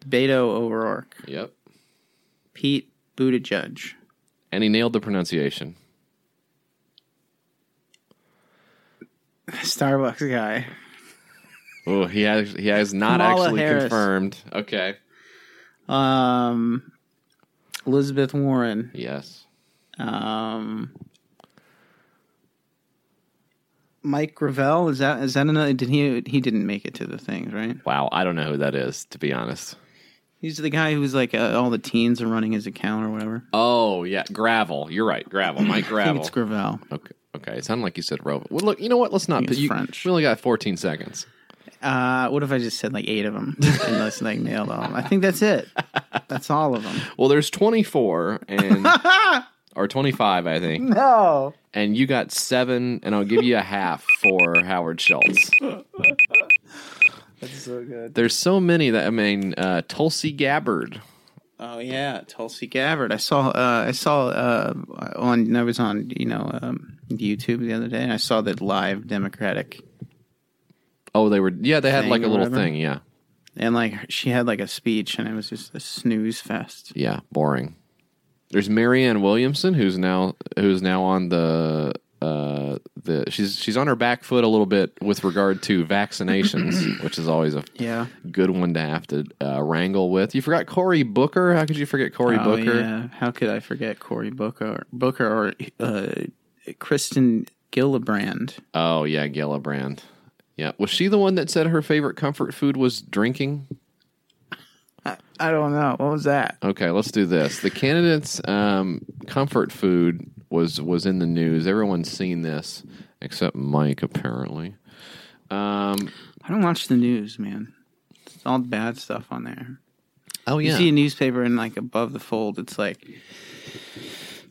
[SPEAKER 4] Beto O'Rourke,
[SPEAKER 3] Yep.
[SPEAKER 4] Pete Buttigieg, *laughs*
[SPEAKER 3] And he nailed the pronunciation.
[SPEAKER 4] Starbucks guy,
[SPEAKER 3] Oh, he has he has not
[SPEAKER 4] Kamala
[SPEAKER 3] actually
[SPEAKER 4] Harris.
[SPEAKER 3] confirmed. Okay.
[SPEAKER 4] um, Elizabeth Warren,
[SPEAKER 3] Yes.
[SPEAKER 4] Um, Mike Gravel is that is that another? Did he he didn't make it to the things right?
[SPEAKER 3] Wow, I don't know who that is to be honest.
[SPEAKER 4] He's the guy who's like uh, all the teens are running his account or whatever.
[SPEAKER 3] Oh yeah, gravel. You're right, gravel.
[SPEAKER 4] *laughs*
[SPEAKER 3] Mike
[SPEAKER 4] I think
[SPEAKER 3] gravel.
[SPEAKER 4] it's Gravel.
[SPEAKER 3] okay, okay. It sounded like you said rover. Well, look, you know what? Let's not.
[SPEAKER 4] He was
[SPEAKER 3] you,
[SPEAKER 4] French.
[SPEAKER 3] We only got 14 seconds.
[SPEAKER 4] Uh, what if I just said like eight of them and let's like nailed all? of 'em? I think that's it. That's all of them.
[SPEAKER 3] Well, there's 24
[SPEAKER 4] *laughs*
[SPEAKER 3] and or 25, I think.
[SPEAKER 4] No,
[SPEAKER 3] And you got seven, and I'll give you a half for Howard Schultz.
[SPEAKER 4] *laughs* that's so good.
[SPEAKER 3] There's so many that I mean, uh, Tulsi Gabbard.
[SPEAKER 4] Oh yeah, Tulsi Gabbard. I saw uh, I saw uh, on I was on you know um, YouTube the other day and I saw that live Democratic
[SPEAKER 3] Oh, they were. Yeah, they had
[SPEAKER 4] Thing
[SPEAKER 3] like a
[SPEAKER 4] or
[SPEAKER 3] little
[SPEAKER 4] whatever.
[SPEAKER 3] thing. Yeah,
[SPEAKER 4] and like she had like a speech, and it was just a snooze fest.
[SPEAKER 3] yeah, boring. There's Marianne Williamson, who's now who's now on the uh the she's she's on her back foot a little bit with regard to
[SPEAKER 4] *clears throat*
[SPEAKER 3] vaccinations, which is always a
[SPEAKER 4] Yeah.
[SPEAKER 3] good one to have to uh, wrangle with. You forgot Cory Booker. How could you forget Cory
[SPEAKER 4] Oh,
[SPEAKER 3] Booker?
[SPEAKER 4] yeah. How could I forget Cory Booker, Booker or uh, Kristen Gillibrand?
[SPEAKER 3] Oh yeah, Gillibrand. Yeah, was she the one that said her favorite comfort food was drinking?
[SPEAKER 4] I don't know. What was that?
[SPEAKER 3] Okay, let's do this. The candidates' um, comfort food was was in the news. Everyone's seen this except Mike, apparently. Um,
[SPEAKER 4] I don't watch the news, man. It's all bad stuff on there.
[SPEAKER 3] oh
[SPEAKER 4] You see a newspaper and like above the fold, it's like *clears throat*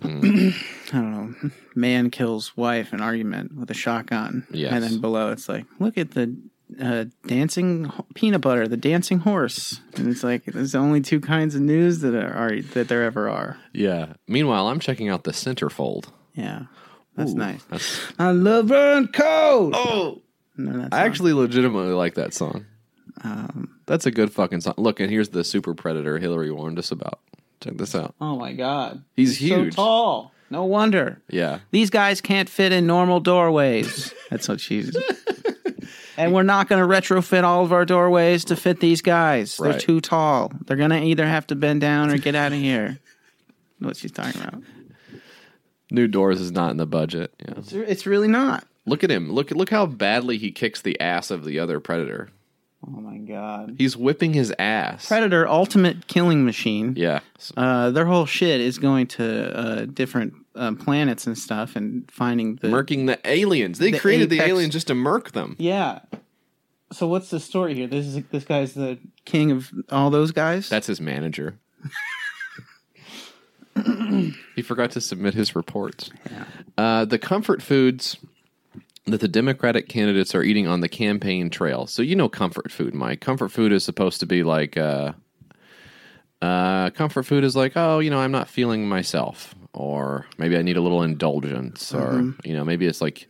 [SPEAKER 4] I don't know, man kills wife in argument with a shotgun.
[SPEAKER 3] Yes.
[SPEAKER 4] and then below it's like, look at the uh, dancing ho- peanut butter, the dancing horse, and it's like there's only two kinds of news that are, are that there ever are.
[SPEAKER 3] yeah. Meanwhile, I'm checking out the centerfold.
[SPEAKER 4] Yeah, that's nice.
[SPEAKER 3] That's,
[SPEAKER 4] I love Vern Code. Oh,
[SPEAKER 3] I actually legitimately like that song.
[SPEAKER 4] Um,
[SPEAKER 3] That's a good fucking song. Look, and here's the super predator Hillary warned us about. Check this out.
[SPEAKER 4] Oh my god,
[SPEAKER 3] He's
[SPEAKER 4] so
[SPEAKER 3] huge.
[SPEAKER 4] tall. No wonder.
[SPEAKER 3] Yeah.
[SPEAKER 4] These guys can't fit in normal
[SPEAKER 3] *laughs*
[SPEAKER 4] doorways. That's what she's. *laughs* and we're not going to retrofit all of our doorways to fit these guys. They're
[SPEAKER 3] Right.
[SPEAKER 4] too tall. They're going to either have to bend down or get out
[SPEAKER 3] *laughs*
[SPEAKER 4] of here. What she's talking about?
[SPEAKER 3] New Doors is not in the budget. Yeah.
[SPEAKER 4] It's- It's really not.
[SPEAKER 3] Look at him. Look look how badly he kicks the ass of the other predator.
[SPEAKER 4] Oh my god.
[SPEAKER 3] He's whipping his ass.
[SPEAKER 4] Predator Ultimate Killing Machine.
[SPEAKER 3] Yeah. S-
[SPEAKER 4] Uh, their whole shit is going to uh, different uh, planets and stuff and finding the
[SPEAKER 3] Murking the aliens. They
[SPEAKER 4] The
[SPEAKER 3] created the
[SPEAKER 4] apex-
[SPEAKER 3] aliens just to murk them.
[SPEAKER 4] Yeah. So what's the story here? This is this guy's the king of all those guys.
[SPEAKER 3] That's his manager. he forgot to submit his reports. Uh, the comfort foods that the Democratic candidates are eating on the campaign trail. So you know comfort food, Mike. Comfort food is supposed to be like uh, uh, comfort food is like, oh, you know, I'm not feeling myself, or maybe I need a little indulgence, or you know, maybe it's like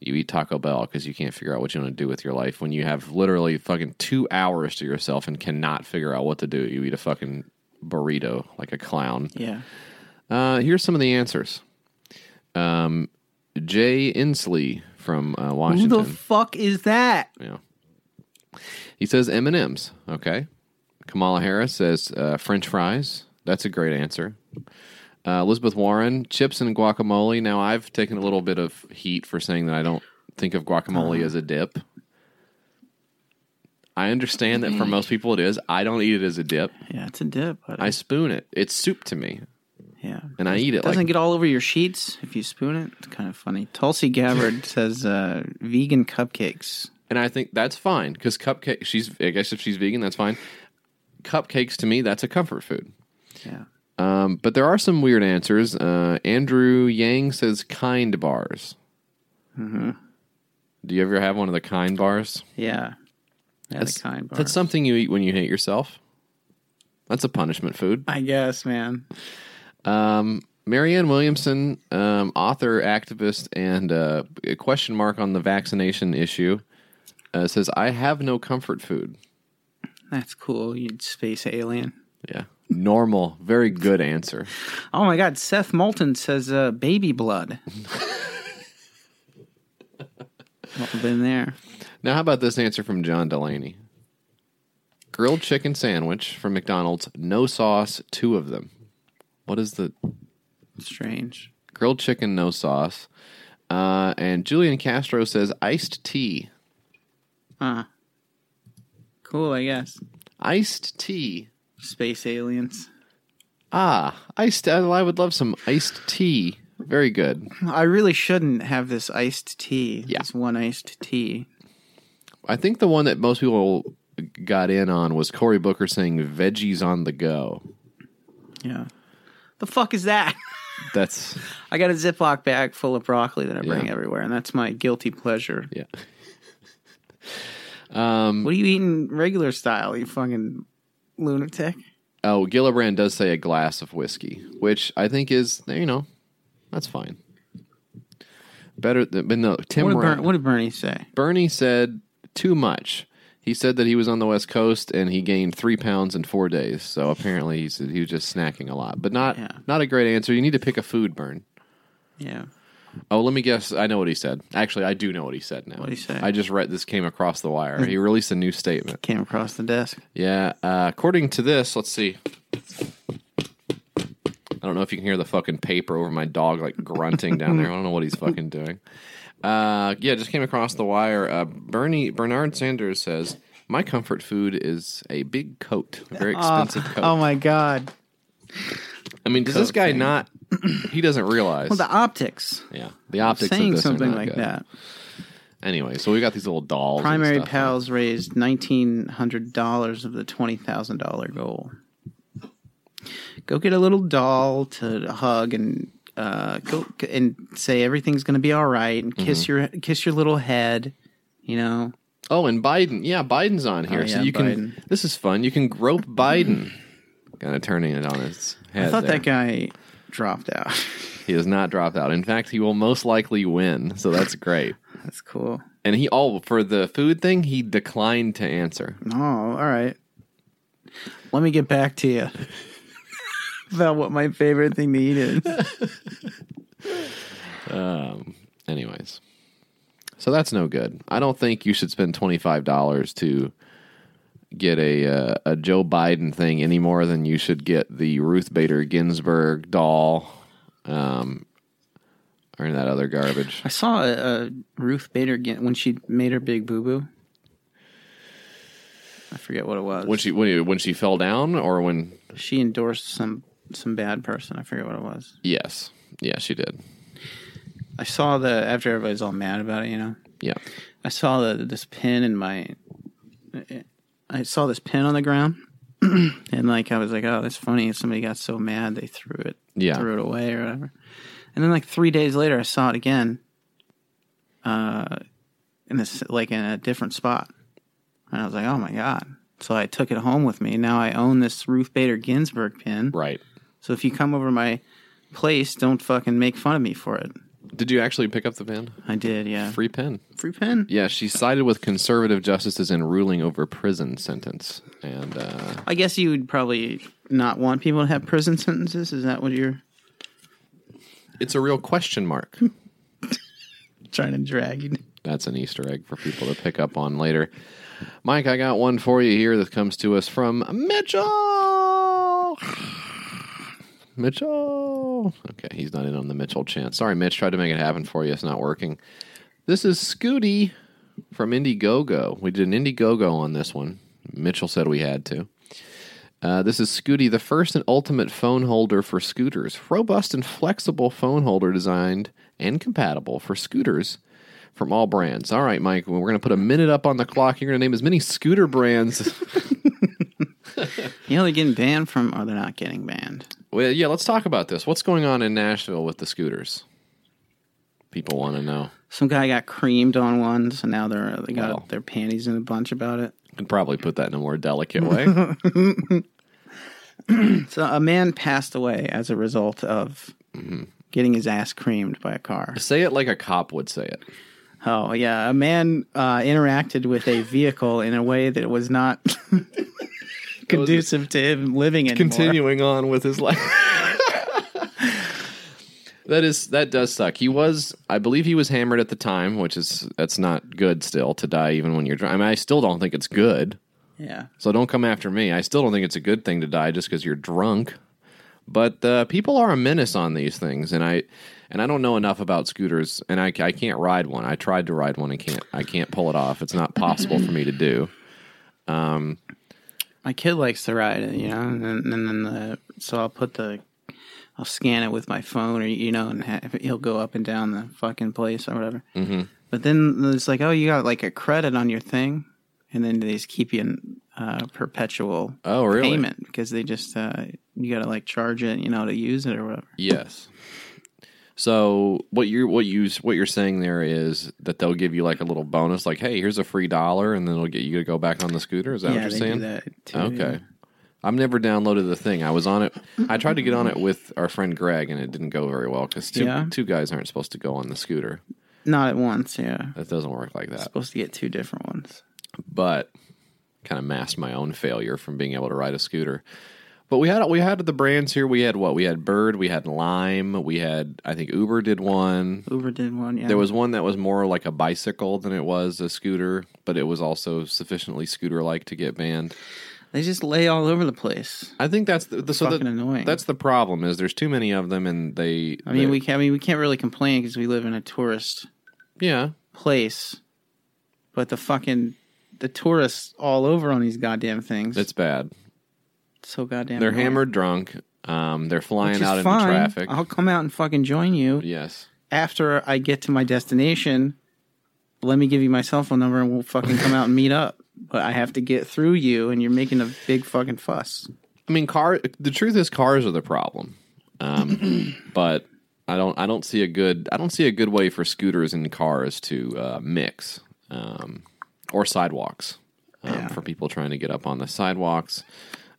[SPEAKER 3] you eat Taco Bell because you can't figure out what you want to do with your life when you have literally fucking two hours to yourself and cannot figure out what to do. You eat a fucking burrito like a clown.
[SPEAKER 4] yeah.
[SPEAKER 3] Uh, here's some of the answers. Um, Jay Inslee from uh,
[SPEAKER 4] Who
[SPEAKER 3] Washington.
[SPEAKER 4] the fuck is that?
[SPEAKER 3] Yeah. He says M and M's. Okay. Kamala Harris says uh, French fries. That's a great answer. Uh, Elizabeth Warren, chips and guacamole. Now I've taken a little bit of heat for saying that I don't think of guacamole
[SPEAKER 4] Uh-huh.
[SPEAKER 3] as a dip. I understand
[SPEAKER 4] Mm-hmm.
[SPEAKER 3] that for most people it is. I don't eat it as a dip.
[SPEAKER 4] Yeah, it's a dip. But
[SPEAKER 3] I spoon it. It's soup to me,
[SPEAKER 4] yeah.
[SPEAKER 3] and I eat it.
[SPEAKER 4] doesn't
[SPEAKER 3] Like,
[SPEAKER 4] get all over your sheets if you spoon it. It's kind of funny.
[SPEAKER 3] *laughs*
[SPEAKER 4] Tulsi Gabbard says uh, vegan cupcakes.
[SPEAKER 3] and I think that's fine because cupcake. She's. I guess if she's vegan, that's fine. Cupcakes to me, that's a comfort food.
[SPEAKER 4] Yeah.
[SPEAKER 3] Um, but there are some weird answers. Uh, Andrew Yang says kind bars. Do you ever have one of the kind bars?
[SPEAKER 4] Mm-hmm. Yeah. Yeah, the kind bar.
[SPEAKER 3] That's something you eat when you hate yourself. That's a punishment food.
[SPEAKER 4] I guess, man.
[SPEAKER 3] Marianne Williamson, um, author, activist, and uh, a question mark on the vaccination issue, uh, says, I have no comfort food.
[SPEAKER 4] That's cool. You space alien.
[SPEAKER 3] Yeah. Normal. Very good answer.
[SPEAKER 4] Oh my God. Seth Moulton says uh,
[SPEAKER 3] *laughs*
[SPEAKER 4] baby blood. well, been there.
[SPEAKER 3] Now, how about this answer from John Delaney? Grilled chicken sandwich from McDonald's, no sauce, two of them. What is the
[SPEAKER 4] Strange.
[SPEAKER 3] grilled chicken, no sauce? Uh, and Julian Castro says iced tea.
[SPEAKER 4] Huh. Cool, I guess.
[SPEAKER 3] Iced tea.
[SPEAKER 4] Space aliens.
[SPEAKER 3] Ah, iced. I I would love some iced tea. Very good.
[SPEAKER 4] I really shouldn't have this iced tea.
[SPEAKER 3] Yeah.
[SPEAKER 4] This one iced tea.
[SPEAKER 3] I think the one that most people got in on was Cory Booker saying veggies on the go.
[SPEAKER 4] Yeah. The fuck is that? *laughs*
[SPEAKER 3] That's
[SPEAKER 4] I got a Ziploc bag full of broccoli that I bring
[SPEAKER 3] Yeah.
[SPEAKER 4] everywhere, and that's my guilty pleasure.
[SPEAKER 3] yeah. Mm.
[SPEAKER 4] What are you eating regular style, you fucking lunatic?
[SPEAKER 3] Oh, Gillibrand does say a glass of whiskey, which I think is you know that's fine. Better than but no Tim
[SPEAKER 4] What did,
[SPEAKER 3] Ryan.
[SPEAKER 4] Ber- what did Bernie say?
[SPEAKER 3] Bernie said too much. He said that he was on the West Coast and he gained three pounds in four days. So apparently he's, he was just snacking a lot, but not
[SPEAKER 4] Yeah.
[SPEAKER 3] not a great answer. You need to pick a food burn.
[SPEAKER 4] Yeah.
[SPEAKER 3] Oh, let me guess. I know what he said. Actually, I do know what he said now. What
[SPEAKER 4] he say? Hmm.
[SPEAKER 3] I just read this came across the wire. he released a new statement.
[SPEAKER 4] Came across the desk.
[SPEAKER 3] Yeah, uh, according to this, let's see. I don't know if you can hear the fucking paper over my dog like grunting down there. I don't know what he's fucking doing. Uh, yeah, just came across the wire. Uh, Bernie Bernard Sanders says my comfort food is a big coat, a very expensive coat.
[SPEAKER 4] Oh my god.
[SPEAKER 3] I mean, does this
[SPEAKER 4] coat
[SPEAKER 3] guy
[SPEAKER 4] thing.
[SPEAKER 3] not? He doesn't realize.
[SPEAKER 4] Well, the optics.
[SPEAKER 3] yeah, the optics
[SPEAKER 4] saying
[SPEAKER 3] of this are
[SPEAKER 4] something
[SPEAKER 3] not
[SPEAKER 4] like
[SPEAKER 3] good.
[SPEAKER 4] that.
[SPEAKER 3] Anyway, so we got these little dolls. and
[SPEAKER 4] Primary
[SPEAKER 3] stuff.
[SPEAKER 4] pals raised nineteen hundred dollars of the twenty thousand dollar goal. Go get a little doll to hug and uh, go and say everything's going to be all right and kiss your
[SPEAKER 3] Mm-hmm.
[SPEAKER 4] kiss your little head. You know,
[SPEAKER 3] Oh, and Biden. Yeah, Biden's on here.
[SPEAKER 4] Oh,
[SPEAKER 3] so
[SPEAKER 4] yeah,
[SPEAKER 3] you can.
[SPEAKER 4] Biden.
[SPEAKER 3] This is fun. You can grope Biden. kind of turning it on its head.
[SPEAKER 4] I thought
[SPEAKER 3] there.
[SPEAKER 4] that guy dropped out. *laughs*
[SPEAKER 3] He has not dropped out. In fact, he will most likely win. So
[SPEAKER 4] *laughs*
[SPEAKER 3] that's great.
[SPEAKER 4] That's cool.
[SPEAKER 3] And he all for the food thing. He declined to answer.
[SPEAKER 4] Oh, all right. Let me get back to you *laughs* about what my favorite thing to eat is.
[SPEAKER 3] Anyways, so that's no good. I don't think you should spend twenty five dollars to get a uh, a Joe Biden thing any more than you should get the Ruth Bader Ginsburg doll, um, or that other garbage.
[SPEAKER 4] I saw a, a Ruth Bader Gin- when she made her big boo boo. I forget what it was.
[SPEAKER 3] When she when, when she fell down or when
[SPEAKER 4] she endorsed some some bad person. I forget what it was.
[SPEAKER 3] yes yeah she did
[SPEAKER 4] I saw the after everybody's all mad about it. You know,
[SPEAKER 3] yeah
[SPEAKER 4] I saw the, this pin in my. I saw this pin on the ground, *clears throat* and like I was like, "Oh, that's funny." Somebody got so mad they threw it,
[SPEAKER 3] Yeah.
[SPEAKER 4] threw it away or whatever. And then like three days later, I saw it again, uh, in this like in a different spot, and I was like, "Oh my god!" So I took it home with me. Now I own this Ruth Bader Ginsburg pin.
[SPEAKER 3] right.
[SPEAKER 4] So if you come over to my place, don't fucking make fun of me for it.
[SPEAKER 3] Did you actually pick up the pen?
[SPEAKER 4] I did, yeah.
[SPEAKER 3] Free
[SPEAKER 4] Free,
[SPEAKER 3] pen.
[SPEAKER 4] pin.
[SPEAKER 3] Yeah, she sided with conservative justices in ruling over prison sentence. And uh,
[SPEAKER 4] I guess you would probably not want people to have prison *laughs* sentences. Is that what you're
[SPEAKER 3] it's a real question mark.
[SPEAKER 4] trying to drag? You?
[SPEAKER 3] That's an Easter egg for people to pick up on later. Mike, I got one for you here that comes to us from Mitchell. Mitchell. Okay, he's not in on the Mitchell chant. Sorry, Mitch, tried to make it happen for you. It's not working. This is Scooty from Indiegogo. We did an Indiegogo on this one. Mitchell said we had to. Uh, this is Scooty, the first and ultimate phone holder for scooters. Robust and flexible phone holder designed and compatible for scooters from all brands. All right, Mike, well, we're going to put a minute up on the clock. You're going to name as many scooter brands. *laughs*
[SPEAKER 4] You know they're getting banned from, or they're not getting banned.
[SPEAKER 3] well, yeah, let's talk about this. What's going on in Nashville with the scooters? People want to know.
[SPEAKER 4] Some guy got creamed on one, so now they're uh, they got
[SPEAKER 3] Wow.
[SPEAKER 4] their panties in a bunch about it.
[SPEAKER 3] Could probably put that in a more delicate *laughs* way.
[SPEAKER 4] So a man passed away as a result of getting his ass creamed by a car.
[SPEAKER 3] say it like a cop would say it.
[SPEAKER 4] Oh yeah, a man uh, interacted with a vehicle in a way that was not *laughs* conducive to him living anymore.
[SPEAKER 3] continuing on with his life. *laughs* that is that does suck. He was, I believe, he was hammered at the time, which is that's not good. Still to die, even when you're drunk. I mean, I still don't think it's good.
[SPEAKER 4] Yeah,
[SPEAKER 3] So don't come after me. I still don't think it's a good thing to die just because you're drunk. But uh, people are a menace on these things, and I and I don't know enough about scooters, and I, I can't ride one. I tried to ride one, and can't I can't pull it off. It's not possible for me to do.
[SPEAKER 4] my kid likes to ride it, you know, and then, and then the, so I'll put the I'll scan it with my phone, or you know, and ha- he'll go up and down the fucking place or whatever. Mm-hmm. But then it's like, oh, you got like a credit on your thing, and then they just keep you in uh, perpetual
[SPEAKER 3] Oh, really?
[SPEAKER 4] payment because they just uh, you got to like charge it, you know, to use it or whatever.
[SPEAKER 3] Yes. So what you're what you what you're saying there is that they'll give you like a little bonus, like hey, here's a free dollar, and then it'll get you to go back on the scooter. Is that what
[SPEAKER 4] yeah,
[SPEAKER 3] you're
[SPEAKER 4] they
[SPEAKER 3] saying?
[SPEAKER 4] do that too.
[SPEAKER 3] Okay. I've never downloaded the thing. I was on it. I tried to get on it with our friend Greg, and it didn't go very well because two
[SPEAKER 4] Yeah.
[SPEAKER 3] two guys aren't supposed to go on the scooter.
[SPEAKER 4] Not at once, yeah.
[SPEAKER 3] That doesn't work like that.
[SPEAKER 4] Supposed to get two different ones.
[SPEAKER 3] but kind of masked my own failure from being able to ride a scooter. But we had we had the brands here. We had what? We had Bird, we had Lime, we had I think Uber did one.
[SPEAKER 4] Uber did one, yeah.
[SPEAKER 3] There was one that was more like a bicycle than it was a scooter, but it was also sufficiently scooter like to get banned.
[SPEAKER 4] they just lay all over the place.
[SPEAKER 3] I think that's the, the so
[SPEAKER 4] Fucking
[SPEAKER 3] the-
[SPEAKER 4] annoying.
[SPEAKER 3] That's the problem is there's too many of them and they
[SPEAKER 4] I mean,
[SPEAKER 3] they-
[SPEAKER 4] we can't. I mean, we can't really complain because we live in a tourist
[SPEAKER 3] yeah.
[SPEAKER 4] place. But the fucking the tourists all over on these goddamn things.
[SPEAKER 3] It's bad.
[SPEAKER 4] so goddamn.
[SPEAKER 3] They're
[SPEAKER 4] annoying.
[SPEAKER 3] hammered drunk. Um, they're flying
[SPEAKER 4] Which is
[SPEAKER 3] out into
[SPEAKER 4] fine.
[SPEAKER 3] traffic.
[SPEAKER 4] I'll come out and fucking join you
[SPEAKER 3] yes.
[SPEAKER 4] after I get to my destination. Let me give you my cell phone number and we'll fucking come out and meet up. But I have to get through you, and you're making a big fucking fuss.
[SPEAKER 3] I mean, car. The truth is, cars are the problem.
[SPEAKER 4] *clears throat*
[SPEAKER 3] Um, but I don't. I don't see a good. I don't see a good way for scooters and cars to uh, mix, um, or sidewalks um, for people trying to get up on the sidewalks.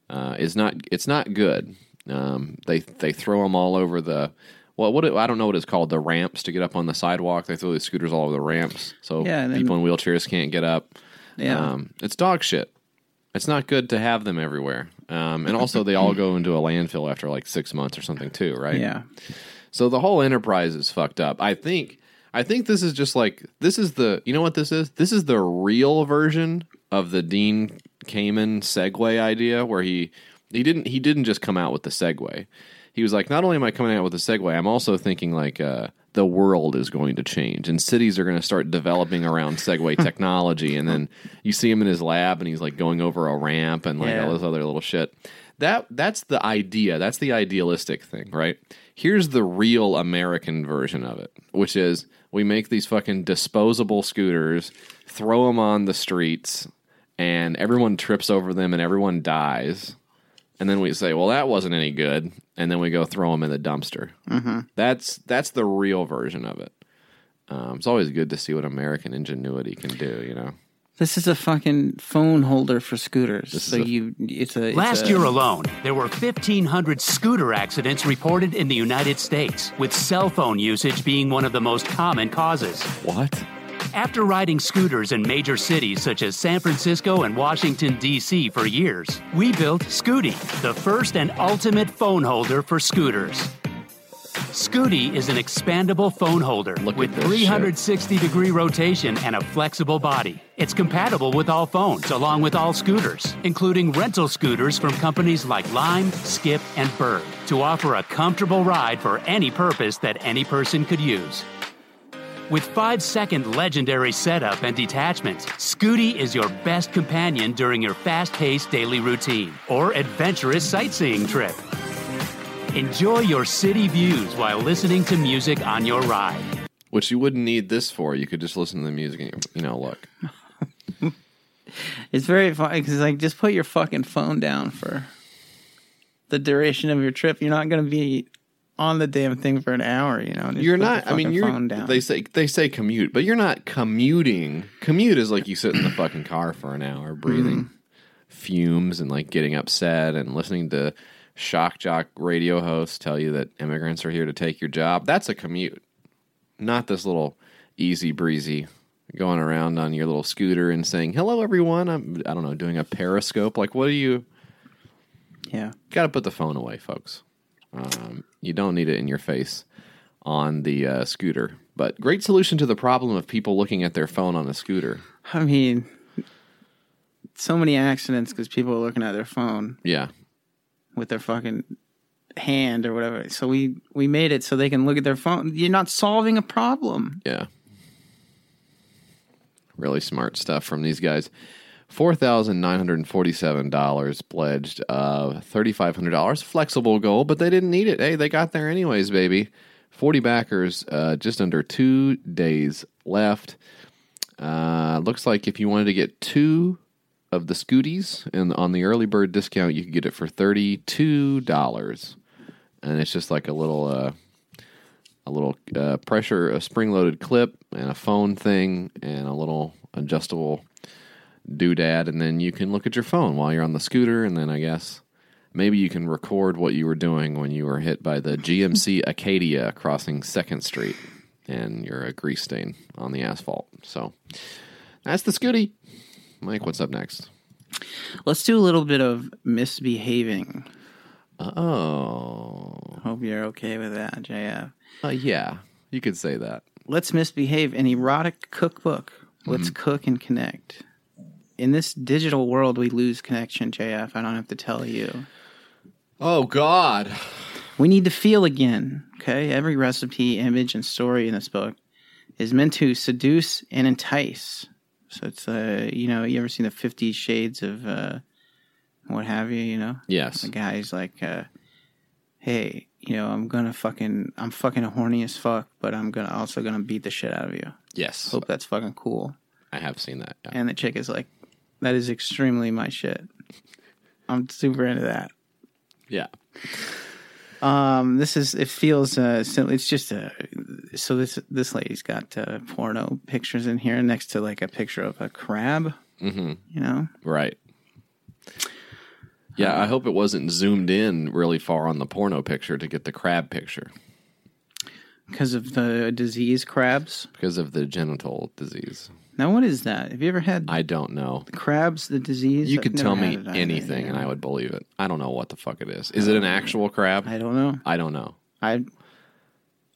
[SPEAKER 3] Uh, is not. It's not good. Um, they they throw them all over the. Well, what it, I don't know what it's called the ramps to get up on the sidewalk. They throw the scooters all over the ramps, so
[SPEAKER 4] Yeah, and then-
[SPEAKER 3] people in wheelchairs can't get up.
[SPEAKER 4] Yeah.
[SPEAKER 3] Um, it's dog shit. It's not good to have them everywhere. Um, and also, they all go into a landfill after like six months or something, too, right?
[SPEAKER 4] Yeah.
[SPEAKER 3] So the whole enterprise is fucked up. I think. I think this is just like this is the you know what this is. This is the real version of the Dean Kamen Segway idea, where he he didn't he didn't just come out with the Segway. He was like, not only am I coming out with the Segway, I'm also thinking like uh, the world is going to change and cities are going to start developing around Segway technology. And then you see him in his lab and he's like going over a ramp and like
[SPEAKER 4] Yeah.
[SPEAKER 3] all this other little shit. That that's the idea. That's the idealistic thing, right? Here's the real American version of it, which is we make these fucking disposable scooters, throw them on the streets, and everyone trips over them and everyone dies. And then we say, "Well, that wasn't any good," and then we go throw them in the dumpster. That's that's the real version of it. Um, it's always good to see what American ingenuity can do. You know,
[SPEAKER 4] This is a fucking phone holder for scooters. so
[SPEAKER 3] is a-
[SPEAKER 4] you, it's a. it's
[SPEAKER 7] Last
[SPEAKER 5] Uh,
[SPEAKER 4] a-
[SPEAKER 7] year alone, there were 1,500 scooter accidents reported in the United States, with cell phone usage being one of the most common causes.
[SPEAKER 3] what?
[SPEAKER 7] After riding scooters in major cities such as San Francisco and Washington, D.C. for years, we built Scooty, the first and ultimate phone holder for scooters. Scooty is an expandable phone holder
[SPEAKER 3] Look
[SPEAKER 7] with
[SPEAKER 3] at this
[SPEAKER 7] 360 degree rotation and a flexible body. It's compatible with all phones, along with all scooters, including rental scooters from companies like Lime, Skip, and Bird, to offer a comfortable ride for any purpose that any person could use. With 5 second legendary setup and detachment, Scooty is your best companion during your fast paced daily routine or adventurous sightseeing trip. Enjoy your city views while listening to music on your ride.
[SPEAKER 3] Which you wouldn't need this for. You could just listen to the music. And, you know, look.
[SPEAKER 4] It's very funny because like just put your fucking phone down for the duration of your trip. You're not going to be on the damn thing for an hour, you know. Just
[SPEAKER 3] You're
[SPEAKER 4] put the
[SPEAKER 3] not. I mean,
[SPEAKER 4] fucking
[SPEAKER 3] you're.
[SPEAKER 4] phone down.
[SPEAKER 3] They say they say commute, but you're not commuting. Commute is like you sit in the fucking car for an hour, breathing
[SPEAKER 4] Mm-hmm.
[SPEAKER 3] fumes and like getting upset and listening to shock jock radio hosts tell you that immigrants are here to take your job. That's a commute, not this little easy breezy going around on your little scooter and saying hello everyone. I'm I don't know doing a periscope. Like what do you?
[SPEAKER 4] yeah.
[SPEAKER 3] got to put the phone away, folks. Um, you don't need it in your face on the uh, scooter. But great solution to the problem of people looking at their phone on a scooter.
[SPEAKER 4] I mean, so many accidents because people are looking at their phone
[SPEAKER 3] Yeah,
[SPEAKER 4] with their fucking hand or whatever. So we we made it so they can look at their phone. You're not solving a problem.
[SPEAKER 3] yeah. Really smart stuff from these guys. Four thousand nine hundred forty-seven dollars pledged of thirty-five hundred dollars flexible goal, but they didn't need it. Hey, they got there anyways, baby. Forty backers, uh, just under two days left. Uh, looks like if you wanted to get two of the Scooties and on the early bird discount, you could get it for thirty-two dollars, and it's just like a little, uh, a little uh, pressure, a spring-loaded clip, and a phone thing, and a little adjustable doodad, and then you can look at your phone while you're on the scooter, and then I guess. Maybe you can record what you were doing when you were hit by the GMC Acadia crossing Second Street. and you're a grease stain on the asphalt. So that's the Scooty. Mike, what's up next?
[SPEAKER 4] Let's do a little bit of misbehaving.
[SPEAKER 3] Oh,
[SPEAKER 4] Hope you're okay with that, JF.
[SPEAKER 3] uh, yeah, you could say that.
[SPEAKER 4] Let's misbehave an erotic cookbook. Let's
[SPEAKER 3] Mm-hmm.
[SPEAKER 4] cook and connect. In this digital world, we lose connection, JF. I don't have to tell you.
[SPEAKER 3] Oh God,
[SPEAKER 4] We need to feel again, okay? Every recipe, image, and story in this book is meant to seduce and entice. So it's, uh, you know, you ever seen the Fifty Shades of uh, what have you, you know?
[SPEAKER 3] yes,
[SPEAKER 4] The guy's like, uh, hey, you know, I'm gonna fucking, I'm fucking horny as fuck, but I'm gonna also gonna beat the shit out of you.
[SPEAKER 3] yes,
[SPEAKER 4] Hope that's fucking cool.
[SPEAKER 3] I have seen that. Yeah.
[SPEAKER 4] And the chick is like, that is extremely my shit. I'm super into that.
[SPEAKER 3] yeah.
[SPEAKER 4] Um, this is it feels uh, so it's just a so this this lady's got uh, porno pictures in here next to like a picture of a crab. Mm-hmm. You know,
[SPEAKER 3] Right. Yeah, I hope it wasn't zoomed in really far on the porno picture to get the crab picture
[SPEAKER 4] because of the disease crabs.
[SPEAKER 3] because of the genital disease.
[SPEAKER 4] Now, what is that? Have you ever had
[SPEAKER 3] I don't know.
[SPEAKER 4] crabs? The disease?
[SPEAKER 3] You
[SPEAKER 4] I've
[SPEAKER 3] could
[SPEAKER 4] never
[SPEAKER 3] tell
[SPEAKER 4] had
[SPEAKER 3] me
[SPEAKER 4] it either,
[SPEAKER 3] anything
[SPEAKER 4] you
[SPEAKER 3] and
[SPEAKER 4] know?
[SPEAKER 3] I would believe it. I don't know what the fuck it is. Is it an actual crab?
[SPEAKER 4] I don't know.
[SPEAKER 3] I don't know.
[SPEAKER 4] I.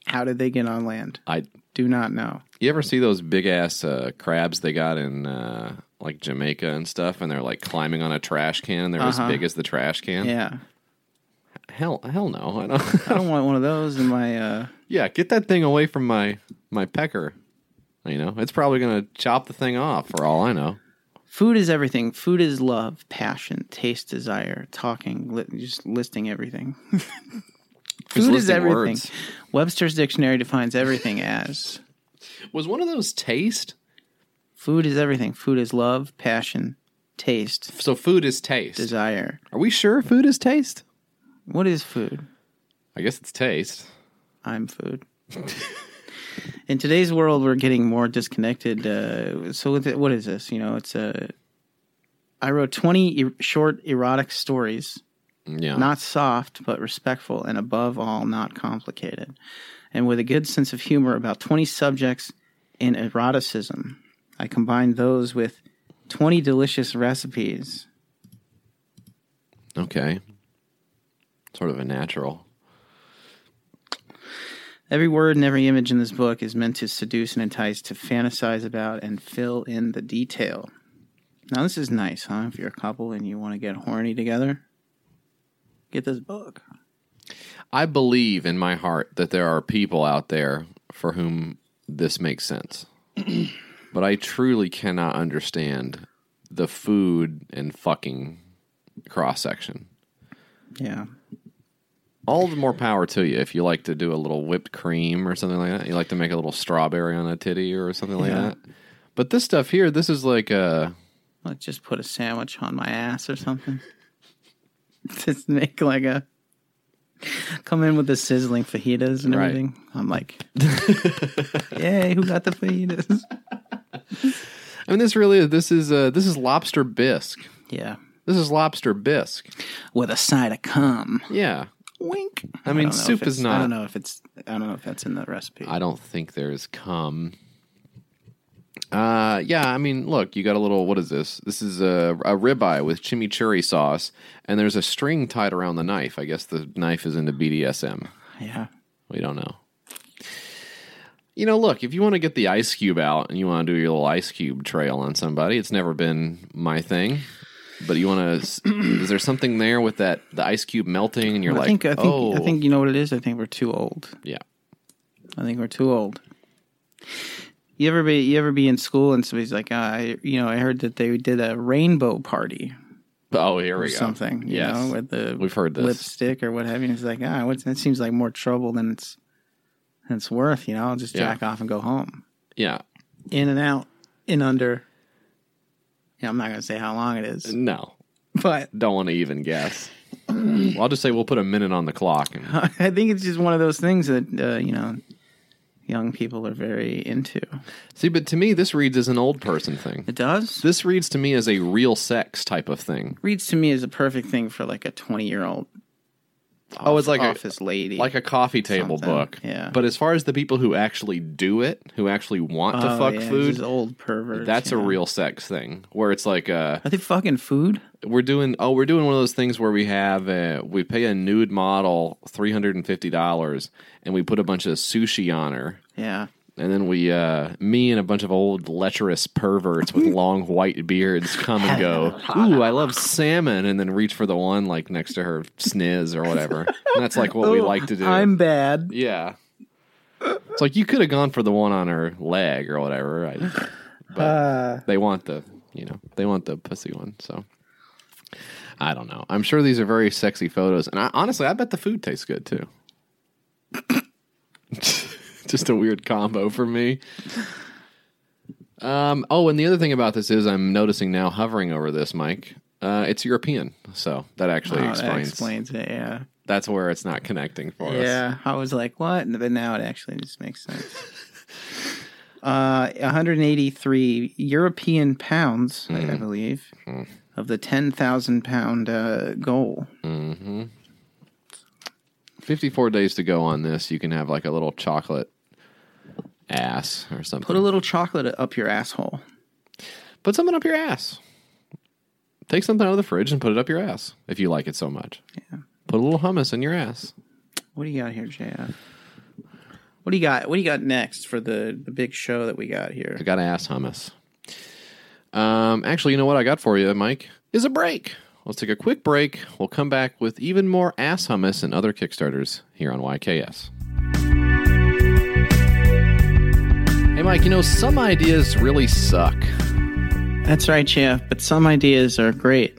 [SPEAKER 4] How did they get on land?
[SPEAKER 3] I
[SPEAKER 4] Do not know.
[SPEAKER 3] You ever see those big ass uh, crabs they got in uh, like Jamaica and stuff and they're like climbing on a trash can and they're as big as the trash can?
[SPEAKER 4] Uh-huh. Yeah,
[SPEAKER 3] Hell hell no. I don't *laughs*
[SPEAKER 4] I don't want one of those in my. uh
[SPEAKER 3] Yeah, get that thing away from my my pecker. You know, it's probably gonna chop the thing off for all I know.
[SPEAKER 4] Food is everything. Food is love, passion, taste, desire, talking, li- just listing everything.
[SPEAKER 3] Just
[SPEAKER 4] *laughs* Food is
[SPEAKER 3] listing
[SPEAKER 4] everything.
[SPEAKER 3] words.
[SPEAKER 4] Webster's dictionary defines everything as
[SPEAKER 3] Was one of those taste?
[SPEAKER 4] food is everything. Food is love, passion, taste,
[SPEAKER 3] So food is taste.
[SPEAKER 4] desire.
[SPEAKER 3] Are we sure food is taste?
[SPEAKER 4] What is food?
[SPEAKER 3] I guess it's taste.
[SPEAKER 4] I'm food. In today's world, we're getting more disconnected. Uh, so, with it, what is this? You know, it's a. I wrote 20 er- short erotic stories
[SPEAKER 3] Yeah.
[SPEAKER 4] not soft, but respectful, and above all, not complicated, and with a good sense of humor about 20 subjects in eroticism. I combined those with 20 delicious recipes.
[SPEAKER 3] okay. Sort of a natural.
[SPEAKER 4] Every word and every image in this book is meant to seduce and entice, to fantasize about, and fill in the detail. Now, this is nice, huh? If you're a couple and you want to get horny together, get this book.
[SPEAKER 3] I believe in my heart that there are people out there for whom this makes sense. *clears throat* but I truly cannot understand the food and fucking cross section.
[SPEAKER 4] Yeah.
[SPEAKER 3] All the more power to you if you like to do a little whipped cream or something like that. You like to make a little strawberry on a titty or something like
[SPEAKER 4] Yeah.
[SPEAKER 3] that. But this stuff here, this is like uh
[SPEAKER 4] Let's just put a sandwich on my ass or something. *laughs* just make like a come in with the sizzling fajitas and
[SPEAKER 3] Right.
[SPEAKER 4] everything. I'm like, *laughs* yay, who got the fajitas?
[SPEAKER 3] I mean this really this is uh this is lobster bisque.
[SPEAKER 4] *laughs* Yeah,
[SPEAKER 3] This is lobster bisque.
[SPEAKER 4] with a side of cum.
[SPEAKER 3] Yeah.
[SPEAKER 4] Wink.
[SPEAKER 3] I mean,
[SPEAKER 4] don't know
[SPEAKER 3] soup
[SPEAKER 4] if it's-
[SPEAKER 3] is not-
[SPEAKER 4] I don't know if it's. I don't know if that's in the recipe.
[SPEAKER 3] I don't think there's cum. Uh, yeah, I mean, look, you got a little. What is this? This is a, a ribeye with chimichurri sauce, and there's a string tied around the knife. I guess the knife is into BDSM.
[SPEAKER 4] yeah.
[SPEAKER 3] We don't know. You know, look, if you want to get the ice cube out and you want to do your little ice cube trail on somebody, it's never been my thing. But you want to? *clears throat* is there something there with that the ice cube melting, and you're
[SPEAKER 4] I
[SPEAKER 3] like,
[SPEAKER 4] think. I think.
[SPEAKER 3] oh,
[SPEAKER 4] I think you know what it is. I think we're too old.
[SPEAKER 3] yeah.
[SPEAKER 4] I think we're too old. You ever be you ever be in school and somebody's like, ah, I you know, I heard that they did a rainbow party.
[SPEAKER 3] Oh, here we go.
[SPEAKER 4] something. You
[SPEAKER 3] Yes.
[SPEAKER 4] know, with the
[SPEAKER 3] We've heard this.
[SPEAKER 4] lipstick or what have you. It's like, ah, what's, that seems like more trouble than it's than it's worth. You know, I'll just
[SPEAKER 3] Yeah.
[SPEAKER 4] jack off and go home.
[SPEAKER 3] Yeah.
[SPEAKER 4] In and out, in under. Yeah, I'm not gonna say how long it is,
[SPEAKER 3] No.
[SPEAKER 4] but
[SPEAKER 3] Don't want to even guess. well, I'll just say we'll put a minute on the
[SPEAKER 4] *laughs*
[SPEAKER 3] clock. And,
[SPEAKER 4] I think it's just one of those things that uh, you know, young people are very into.
[SPEAKER 3] see, but to me, this reads as an old person thing.
[SPEAKER 4] It does.
[SPEAKER 3] This reads to me as a real sex type of thing.
[SPEAKER 4] reads to me as a perfect thing for like a 20 year old off,
[SPEAKER 3] Oh, it's like a-
[SPEAKER 4] off his lady.
[SPEAKER 3] like a coffee table
[SPEAKER 4] Something,
[SPEAKER 3] book.
[SPEAKER 4] yeah.
[SPEAKER 3] But as far as the people who actually do it, who actually want to
[SPEAKER 4] Oh,
[SPEAKER 3] fuck
[SPEAKER 4] yeah, these
[SPEAKER 3] food,
[SPEAKER 4] old pervert.
[SPEAKER 3] that's a real sex thing where it's like uh
[SPEAKER 4] Are they fucking food?
[SPEAKER 3] we're doing oh we're doing one of those things where we have uh we pay a nude model three hundred and fifty dollars and we put a bunch of sushi on her
[SPEAKER 4] Yeah.
[SPEAKER 3] and then we uh me and a bunch of old lecherous perverts
[SPEAKER 4] *laughs*
[SPEAKER 3] with long white beards come and go ooh I love salmon and then reach for the one like next to her sniz or whatever and that's like
[SPEAKER 4] Oh,
[SPEAKER 3] what we like to do
[SPEAKER 4] bad.
[SPEAKER 3] yeah it's like you could have gone for the one on her leg or whatever I, but they want the you know they want the pussy one so i don't know i'm sure these are very sexy photos and I, honestly i bet the food tastes good too *laughs* just a weird combo for me um oh and the other thing about this is i'm noticing now hovering over this mike uh it's european so that actually
[SPEAKER 4] Oh, that
[SPEAKER 3] explains
[SPEAKER 4] explains it. Yeah.
[SPEAKER 3] that's where it's not connecting for us
[SPEAKER 4] Yeah, I was like, what? But now it actually just makes sense. *laughs* uh, 183 European pounds,
[SPEAKER 3] Hmm.
[SPEAKER 4] I, I believe, of the 10,000 pound uh, goal.
[SPEAKER 3] 54 days to go on this. You can have like a little chocolate ass or something.
[SPEAKER 4] Put a little chocolate up your asshole.
[SPEAKER 3] Put something up your ass. Take something out of the fridge and put it up your ass if you like it so much. Yeah. Put a little hummus in your ass.
[SPEAKER 4] What do you got here, JF? What do you got? What do you got next for the, the big show that we got here?
[SPEAKER 3] I got ass hummus. Um, actually, you know what I got for you, Mike, is a break. Let's take a quick break. We'll come back with even more ass hummus and other Kickstarters here on YKS. Hey, Mike, you know, some ideas really suck.
[SPEAKER 4] That's right, JF. But some ideas are great.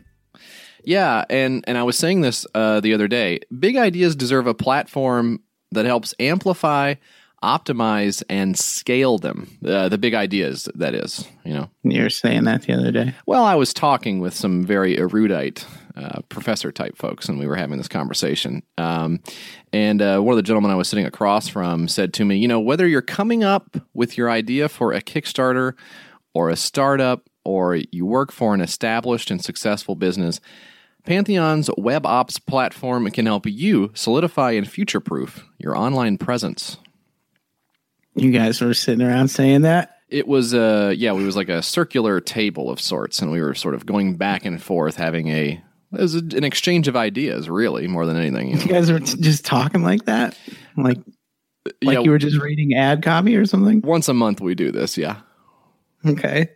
[SPEAKER 3] Yeah, and and I was saying this uh, the other day. Big ideas deserve a platform that helps amplify, optimize, and scale them. Uh, the big ideas, that is, you know.
[SPEAKER 4] You were saying that the other day.
[SPEAKER 3] Well, I was talking with some very erudite uh, professor type folks, and we were having this conversation. Um, and uh, one of the gentlemen I was sitting across from said to me, You know, whether you're coming up with your idea for a Kickstarter or a startup or you work for an established and successful business, Pantheon's web ops platform can help you solidify and future proof your online presence.
[SPEAKER 4] You guys were sitting around saying that.
[SPEAKER 3] It was uh yeah, it was like a circular table of sorts, and we were sort of going back and forth, having a it was an exchange of ideas, really, more than anything. You know?
[SPEAKER 4] You guys were t- just talking like that, like like
[SPEAKER 3] Yeah,
[SPEAKER 4] you were just reading ad copy or something.
[SPEAKER 3] once a month we do this, yeah.
[SPEAKER 4] Okay.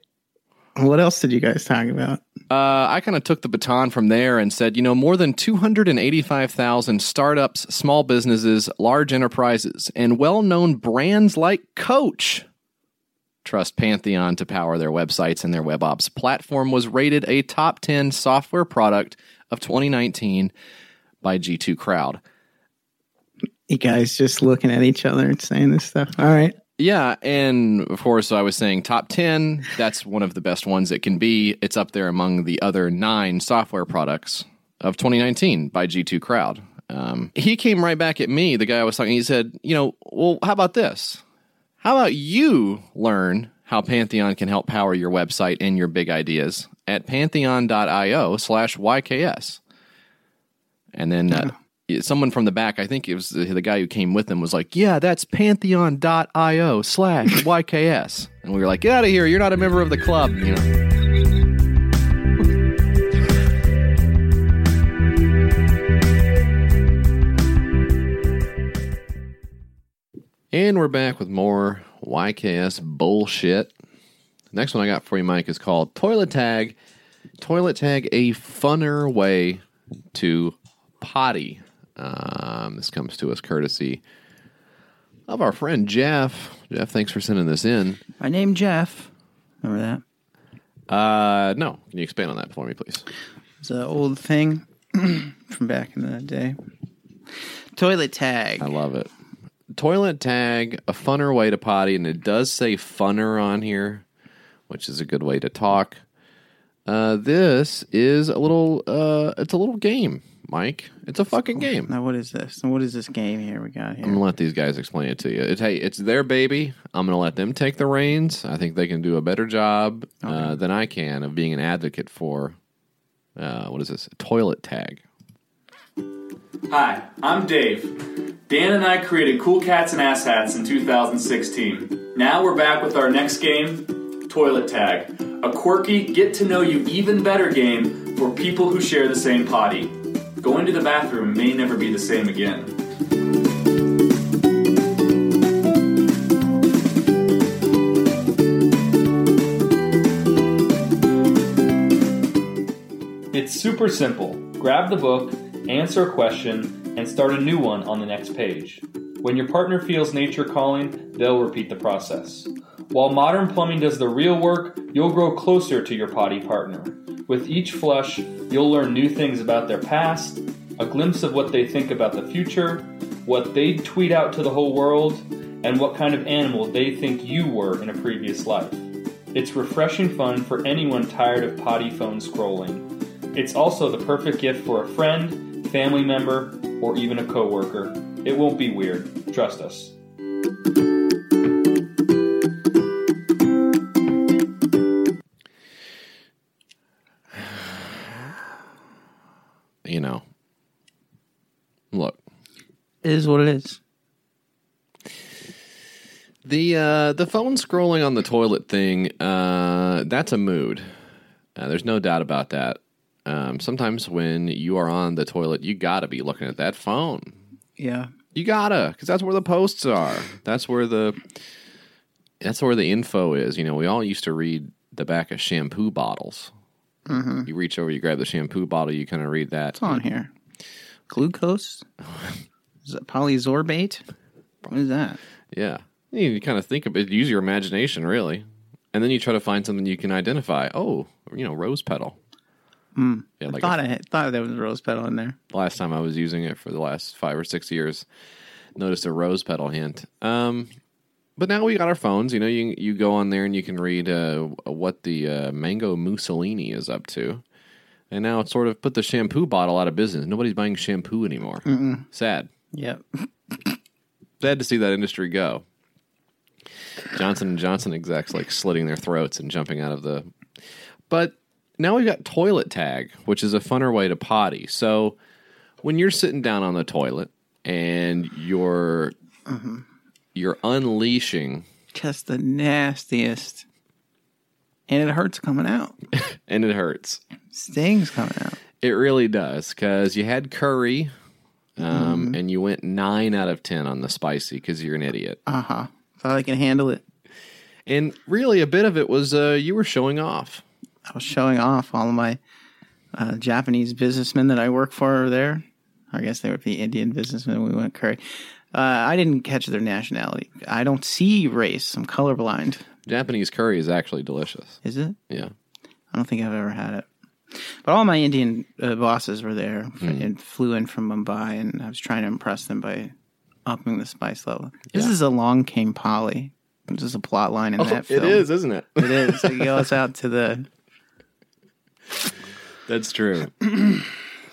[SPEAKER 4] What else did you guys talk about?
[SPEAKER 3] Uh, I kind of took the baton from there and said, you know, more than 285,000 startups, small businesses, large enterprises, and well known brands like Coach trust Pantheon to power their websites, and their web ops platform was rated a top 10 software product of 2019 by G2 Crowd.
[SPEAKER 4] You guys just looking at each other and saying this stuff. All right.
[SPEAKER 3] Yeah, and of course, I was saying top 10. That's one of the best ones it can be. It's up there among the other nine software products of 2019 by G2 Crowd. Um, he came right back at me, the guy I was talking. He said, You know, well, how about this? How about you learn how Pantheon can help power your website and your big ideas at pantheon.io slash YKS? And then uh, someone from the back, I think it was the, the guy who came with them, was like, Yeah, that's pantheon.io slash YKS. And we were like, Get out of here. You're not a member of the club. You know. And we're back with more YKS bullshit. Next one I got for you, Mike, is called Toilet Tag. Toilet Tag, a funner way to potty. Um, this comes to us courtesy of our friend Jeff. Jeff, thanks for sending this in.
[SPEAKER 4] My name Jeff. Remember that?
[SPEAKER 3] Uh, no, can you expand on that for me, please?
[SPEAKER 4] It's an old thing *clears throat* from back in the day. Toilet tag.
[SPEAKER 3] I love it. Toilet tag, a funner way to potty, and it does say funner on here, which is a good way to talk. Uh, this is a little. Uh, it's a little game, Mike. It's a fucking game.
[SPEAKER 4] Now what is this? And what is this game here we got
[SPEAKER 3] I'm
[SPEAKER 4] here?
[SPEAKER 3] gonna let these guys explain it to you. It's, hey, it's their baby. I'm gonna let them take the reins. I think they can do a better job uh, than I can of being an advocate for uh, what is this toilet tag.
[SPEAKER 8] Hi, I'm Dave. Dan and I created Cool Cats and Ass Hats in 2016. Now we're back with our next game, Toilet Tag, a quirky, get to know you even better game for people who share the same potty. Going to the bathroom may never be the same again.
[SPEAKER 9] It's super simple. Grab the book, answer a question, and start a new one on the next page. When your partner feels nature calling, they'll repeat the process. While modern plumbing does the real work, you'll grow closer to your potty partner. With each flush, you'll learn new things about their past, a glimpse of what they think about the future, what they'd tweet out to the whole world, and what kind of animal they think you were in a previous life. It's refreshing fun for anyone tired of potty phone scrolling. It's also the perfect gift for a friend, family member, or even a coworker. It won't be weird. Trust us.
[SPEAKER 3] You know, look
[SPEAKER 4] It is what it is.
[SPEAKER 3] the uh, the phone scrolling on the toilet thing. Uh, that's a mood. Uh, there's no doubt about that. Um, sometimes when you are on the toilet, you gotta be looking at that phone.
[SPEAKER 4] Yeah.
[SPEAKER 3] You gotta, because that's where the posts are. That's where the that's where the info is. You know, we all used to read the back of shampoo bottles. You reach over, you grab the shampoo bottle, you kind of read that.
[SPEAKER 4] What's on here? *laughs* Glucose? Is it polysorbate? What is that?
[SPEAKER 3] Yeah, you, kind of think of it. Use your imagination, really, and then you try to find something you can identify. Oh, you know, rose petal. Yeah, like
[SPEAKER 4] thought I had, thought there was a rose petal in there.
[SPEAKER 3] last time I was using it for the last five or six years, noticed a rose petal hint. Um, but now we got our phones. You know, you you go on there and you can read uh, what the uh, mango Mussolini is up to, and now it's sort of put the shampoo bottle out of business. Nobody's buying shampoo anymore. Sad,
[SPEAKER 4] Yep. *laughs*
[SPEAKER 3] sad to see that industry go. Johnson and Johnson execs like slitting their throats and jumping out of the. But now we've got toilet tag, which is a funner way to potty. So when you're sitting down on the toilet and you're you're unleashing,
[SPEAKER 4] Just the nastiest. And it hurts coming out.
[SPEAKER 3] and it hurts.
[SPEAKER 4] Stings coming out.
[SPEAKER 3] It really does because you had curry, um, and you went nine out of ten on the spicy because you're an idiot.
[SPEAKER 4] Thought Uh-huh. I could handle it.
[SPEAKER 3] and really, a bit of it was uh, you were showing off.
[SPEAKER 4] I was showing off all of my uh, Japanese businessmen that I work for over there. I guess they would be Indian businessmen. We went curry. Uh, I didn't catch their nationality. I don't see race. I'm colorblind.
[SPEAKER 3] Japanese curry is actually delicious.
[SPEAKER 4] Is it?
[SPEAKER 3] Yeah.
[SPEAKER 4] I don't think I've ever had it. But all my Indian uh, bosses were there
[SPEAKER 3] Hmm.
[SPEAKER 4] and flew in from Mumbai, and I was trying to impress them by upping the spice level. This is a long came Polly. This is a plot line in that film.
[SPEAKER 3] Oh, It is, isn't it?
[SPEAKER 4] It is. It goes out to the
[SPEAKER 3] *laughs* That's true.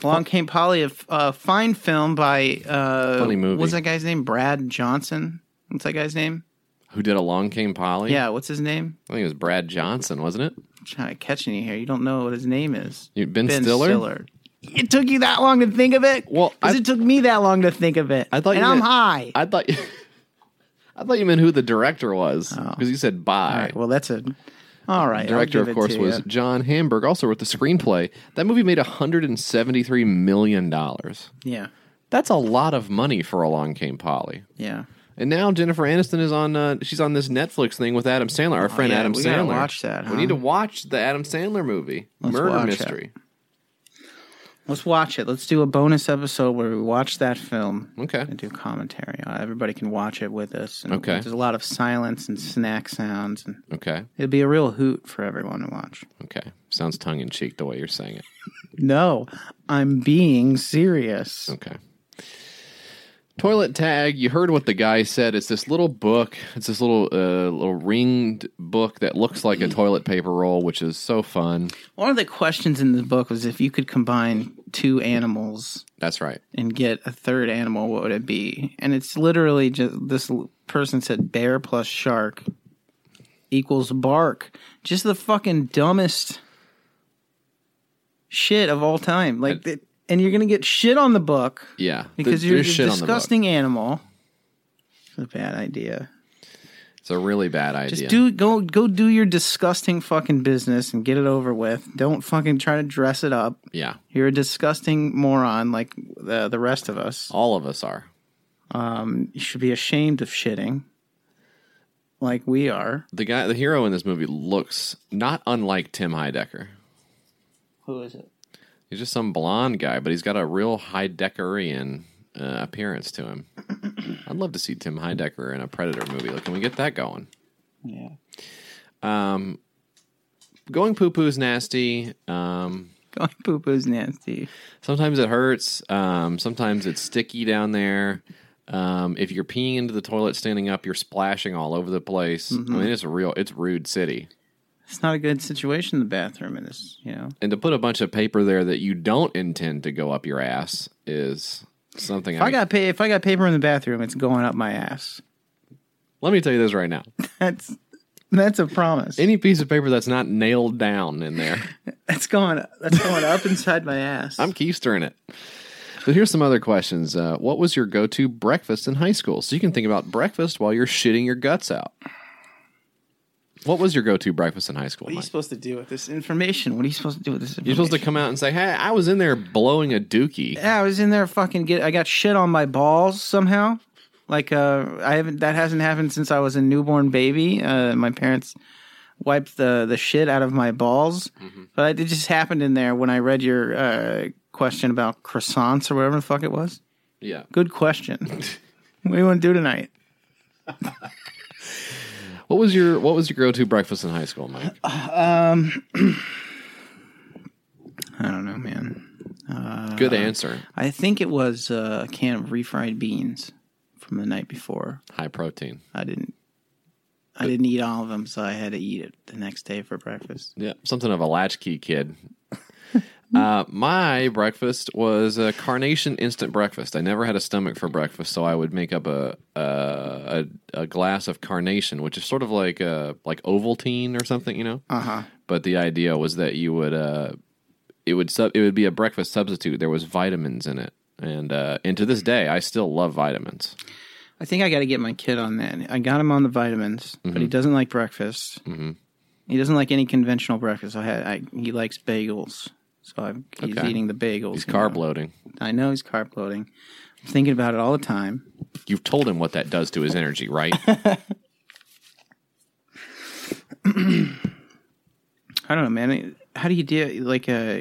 [SPEAKER 4] Long Came Polly, a, f- a fine film by uh,
[SPEAKER 3] Funny movie.
[SPEAKER 4] What's that guy's name? Brad Johnson. What's that guy's name?
[SPEAKER 3] Who did Along Came Polly?
[SPEAKER 4] Yeah, what's his name?
[SPEAKER 3] I think it was Brad Johnson, wasn't it?
[SPEAKER 4] I'm trying to catch you here. You don't know what his name is.
[SPEAKER 3] You- Ben, Stiller?
[SPEAKER 4] It took you that long to think of it.
[SPEAKER 3] Well,
[SPEAKER 4] 'Cause
[SPEAKER 3] I-
[SPEAKER 4] it took me that long to think of it.
[SPEAKER 3] I thought
[SPEAKER 4] and
[SPEAKER 3] you
[SPEAKER 4] I'm
[SPEAKER 3] meant-
[SPEAKER 4] high.
[SPEAKER 3] I thought you, *laughs* I thought you meant who the director was because you said bye.
[SPEAKER 4] Oh. All right. Well, that's a all right. I'll
[SPEAKER 3] director,
[SPEAKER 4] give
[SPEAKER 3] of
[SPEAKER 4] it
[SPEAKER 3] course,
[SPEAKER 4] to
[SPEAKER 3] was
[SPEAKER 4] you.
[SPEAKER 3] John Hamburg, also wrote the screenplay. That movie made $173 million.
[SPEAKER 4] yeah,
[SPEAKER 3] That's a lot of money for Along Came Polly.
[SPEAKER 4] yeah.
[SPEAKER 3] And now Jennifer Aniston is on. Uh, she's on this Netflix thing with Adam Sandler, our friend
[SPEAKER 4] Oh, yeah,
[SPEAKER 3] Adam
[SPEAKER 4] we gotta
[SPEAKER 3] Sandler.
[SPEAKER 4] watch that, huh?
[SPEAKER 3] We need to watch the Adam Sandler movie,
[SPEAKER 4] Let's
[SPEAKER 3] Murder
[SPEAKER 4] watch
[SPEAKER 3] Mystery.
[SPEAKER 4] Let's watch it. Let's do a bonus episode where we watch that film.
[SPEAKER 3] Okay.
[SPEAKER 4] And do commentary. on it. Everybody can watch it with us. And
[SPEAKER 3] Okay.
[SPEAKER 4] There's a lot of silence and snack sounds, and
[SPEAKER 3] Okay,
[SPEAKER 4] it'd be a real hoot for everyone to watch.
[SPEAKER 3] okay. Sounds tongue in cheek the way you're saying it.
[SPEAKER 4] No, I'm being serious.
[SPEAKER 3] Okay. Toilet tag. You heard what the guy said. It's this little book. It's this little uh, little ringed book that looks like a toilet paper roll, which is so fun.
[SPEAKER 4] One of the questions in the book was if you could combine two animals
[SPEAKER 3] That's right.
[SPEAKER 4] and get a third animal, what would it be? And it's literally just this l- person said bear plus shark equals bark. Just the fucking dumbest shit of all time. Like it, and you're gonna get shit on the book
[SPEAKER 3] Yeah.
[SPEAKER 4] because
[SPEAKER 3] There-
[SPEAKER 4] you're a
[SPEAKER 3] there's shit on the book.
[SPEAKER 4] disgusting animal. It's a bad idea.
[SPEAKER 3] It's a really bad idea.
[SPEAKER 4] Just do go go do your disgusting fucking business and get it over with. Don't fucking try to dress it up.
[SPEAKER 3] yeah.
[SPEAKER 4] You're a disgusting moron like the the rest of us.
[SPEAKER 3] All of us are.
[SPEAKER 4] You should be ashamed of shitting. Like we are.
[SPEAKER 3] The guy, the hero in this movie looks not unlike Tim Heidecker.
[SPEAKER 4] Who is it?
[SPEAKER 3] He's just some blonde guy, but he's got a real Heideckerian uh, appearance to
[SPEAKER 4] *clears throat*
[SPEAKER 3] him. I'd love to see Tim Heidecker in a Predator movie. Like, can we get that going?
[SPEAKER 4] Yeah.
[SPEAKER 3] Going poo poo is nasty. Um,
[SPEAKER 4] *laughs* Going poo poo's nasty.
[SPEAKER 3] sometimes it hurts. Um, sometimes it's sticky down there. Um, if you're peeing into the toilet standing up, you're splashing all over the place.
[SPEAKER 4] Mm-hmm.
[SPEAKER 3] I mean, it's a real, it's rude city.
[SPEAKER 4] It's not a good situation the bathroom in this, you know.
[SPEAKER 3] And to put a bunch of paper there that you don't intend to go up your ass is something.
[SPEAKER 4] If I got pa- if I got paper in the bathroom, it's going up my ass.
[SPEAKER 3] Let me tell you this right now.
[SPEAKER 4] That's that's a promise.
[SPEAKER 3] Any piece of paper that's not nailed down in there.
[SPEAKER 4] That's going that's going up inside my ass.
[SPEAKER 3] I'm keystering it. But here's some other questions. Uh, what was your go to breakfast in high school? So you can think about breakfast while you're shitting your guts out. What was your go to breakfast in high school?
[SPEAKER 4] what are you
[SPEAKER 3] Mike?
[SPEAKER 4] supposed to do with this information? What are you supposed to do with this information?
[SPEAKER 3] You're supposed to come out and say, hey, I was in there blowing a dookie.
[SPEAKER 4] Yeah, I was in there fucking get I got shit on my balls somehow. Like uh I haven't that hasn't happened since I was a newborn baby. Uh my parents wiped the the shit out of my balls. But it just happened in there when I read your uh question about croissants or whatever the fuck it was.
[SPEAKER 3] Yeah.
[SPEAKER 4] Good question. what do you want to do tonight?
[SPEAKER 3] What was your What was your go to breakfast in high school, Mike?
[SPEAKER 4] I don't know, man.
[SPEAKER 3] Good answer.
[SPEAKER 4] I think it was uh, a can of refried beans from the night before.
[SPEAKER 3] High protein.
[SPEAKER 4] I didn't I didn't eat all of them, so I had to eat it the next day for breakfast.
[SPEAKER 3] Yeah, something of a latchkey kid. *laughs* uh, my breakfast was a carnation instant breakfast. I never had a stomach for breakfast, so I would make up a a, a, a glass of carnation, which is sort of like a like Ovaltine or something, you know. Uh huh. But the idea was that you would uh, it would sub it would be a breakfast substitute. There was vitamins in it, and uh, and to this day, I still love vitamins.
[SPEAKER 4] I think I got to get my kid on that. I got him on the vitamins,
[SPEAKER 3] Mm-hmm.
[SPEAKER 4] but he doesn't like breakfast. Mm-hmm. He doesn't like any conventional breakfast. I had I, he likes bagels, so I'm, he's
[SPEAKER 3] Okay.
[SPEAKER 4] eating the bagels.
[SPEAKER 3] He's
[SPEAKER 4] you know.
[SPEAKER 3] carb loading.
[SPEAKER 4] I know he's carb loading. I'm thinking about it all the time.
[SPEAKER 3] You've told him what that does to his energy, right?
[SPEAKER 4] I don't know, man. How do you deal? Like, uh,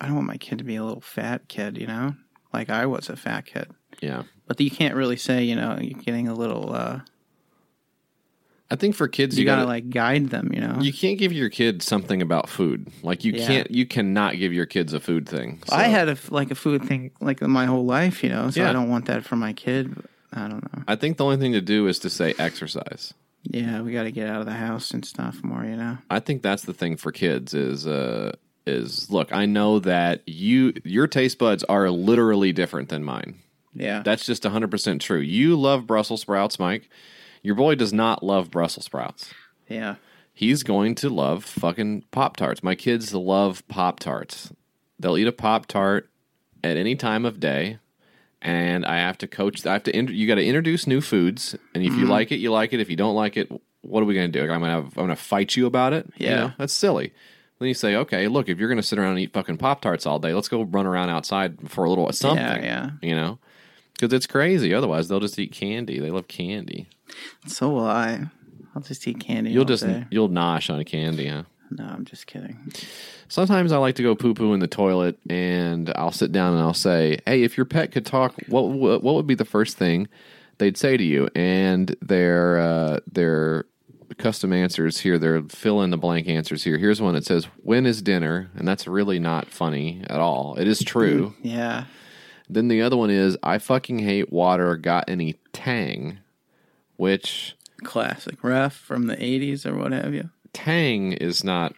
[SPEAKER 4] I don't want my kid to be a little fat kid, you know, like I was a fat kid.
[SPEAKER 3] yeah.
[SPEAKER 4] But you can't really say, you know, you're getting a little. uh
[SPEAKER 3] I think for kids,
[SPEAKER 4] You,
[SPEAKER 3] you,
[SPEAKER 4] gotta,
[SPEAKER 3] gotta
[SPEAKER 4] like guide them, you know.
[SPEAKER 3] You can't give your kid something about food. Like you
[SPEAKER 4] Yeah.
[SPEAKER 3] can't you cannot give your kids a food thing. So-
[SPEAKER 4] I had a f- like a food thing like my whole life, you know. So
[SPEAKER 3] Yeah.
[SPEAKER 4] I don't want that for my kid. I don't know.
[SPEAKER 3] I think the only thing to do is to say exercise.
[SPEAKER 4] Yeah, we got to get out of the house and stuff more, you know.
[SPEAKER 3] I think that's the thing for kids is uh is look, I know that you your taste buds are literally different than mine.
[SPEAKER 4] Yeah,
[SPEAKER 3] That's just 100% true. You love Brussels sprouts, Mike. Your boy does not love Brussels sprouts.
[SPEAKER 4] yeah.
[SPEAKER 3] he's going to love fucking Pop Tarts. My kids love Pop Tarts. They'll eat a Pop Tart at any time of day. And I have to coach. I have to. int- You got to introduce new foods, and if
[SPEAKER 4] Mm-hmm.
[SPEAKER 3] you like it, you like it. If you don't like it, what are we going to do? I'm going to. I'm going to fight you about it. You
[SPEAKER 4] Yeah.
[SPEAKER 3] know? that's silly. Then you say, okay, look, if you're going to sit around and eat fucking Pop Tarts all day, let's go run around outside for a little something.
[SPEAKER 4] yeah.
[SPEAKER 3] You know, because it's crazy. Otherwise, they'll just eat candy. They love candy.
[SPEAKER 4] So will I. I'll just eat candy.
[SPEAKER 3] You'll
[SPEAKER 4] all
[SPEAKER 3] just
[SPEAKER 4] day.
[SPEAKER 3] you'll nosh on candy, huh?
[SPEAKER 4] No, I'm just kidding.
[SPEAKER 3] Sometimes I like to go poo poo in the toilet, and I'll sit down and I'll say, "Hey, if your pet could talk, what what, what would be the first thing they'd say to you?" And their uh, their custom answers here, their fill in the blank answers here. Here's one that says, "When is dinner?" And that's really not funny at all. It is
[SPEAKER 4] Mm-hmm.
[SPEAKER 3] true.
[SPEAKER 4] Yeah.
[SPEAKER 3] then the other one is, "I fucking hate water. Got any tang?" Which
[SPEAKER 4] Classic ref from the 80s or what have you.
[SPEAKER 3] Tang is not.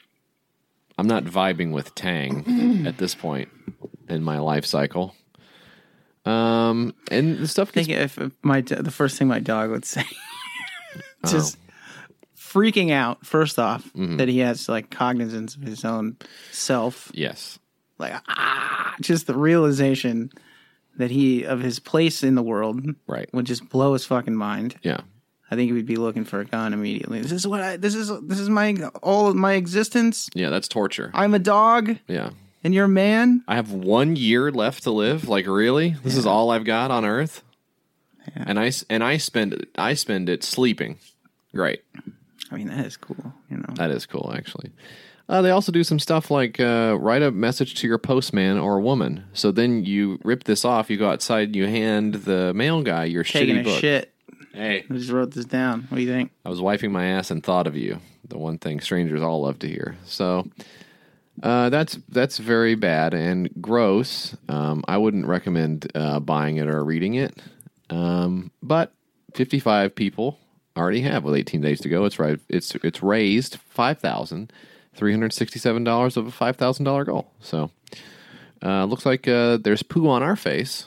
[SPEAKER 3] I'm not vibing with Tang at this point in my life cycle. Um, and the stuff
[SPEAKER 4] I think
[SPEAKER 3] gets
[SPEAKER 4] if if my do- the first thing my dog would say, *laughs* just
[SPEAKER 3] Oh.
[SPEAKER 4] freaking out. First off,
[SPEAKER 3] Mm-hmm.
[SPEAKER 4] that he has like cognizance of his own self,
[SPEAKER 3] yes,
[SPEAKER 4] like ah, just the realization that he of his place in the world
[SPEAKER 3] Right.
[SPEAKER 4] would just blow his fucking mind.
[SPEAKER 3] Yeah.
[SPEAKER 4] I think he would be looking for a gun immediately. This is what I. This is this is my all of my existence.
[SPEAKER 3] Yeah. That's torture.
[SPEAKER 4] I'm a dog,
[SPEAKER 3] Yeah.
[SPEAKER 4] and you're a man.
[SPEAKER 3] I have one year left to live. Like really, this is all I've got on Earth. And I s- and I spend I spend it sleeping. Great,
[SPEAKER 4] I mean, that is cool. You know,
[SPEAKER 3] that is cool actually. Uh, they also do some stuff like uh, write a message to your postman or woman. So then you rip this off. You go outside. You hand the mail guy your
[SPEAKER 4] taking
[SPEAKER 3] shitty
[SPEAKER 4] a
[SPEAKER 3] book.
[SPEAKER 4] shit.
[SPEAKER 3] Hey,
[SPEAKER 4] I just wrote this down. What do you think?
[SPEAKER 3] I was wiping my ass and thought of you. The one thing strangers all love to hear. So uh, that's that's very bad and gross. Um, I wouldn't recommend uh, buying it or reading it. Um, but 55 people already have with 18 days to go. It's right. It's it's raised five thousand three hundred sixty-seven dollars of a five thousand dollar goal. So uh, looks like uh, there's poo on our face.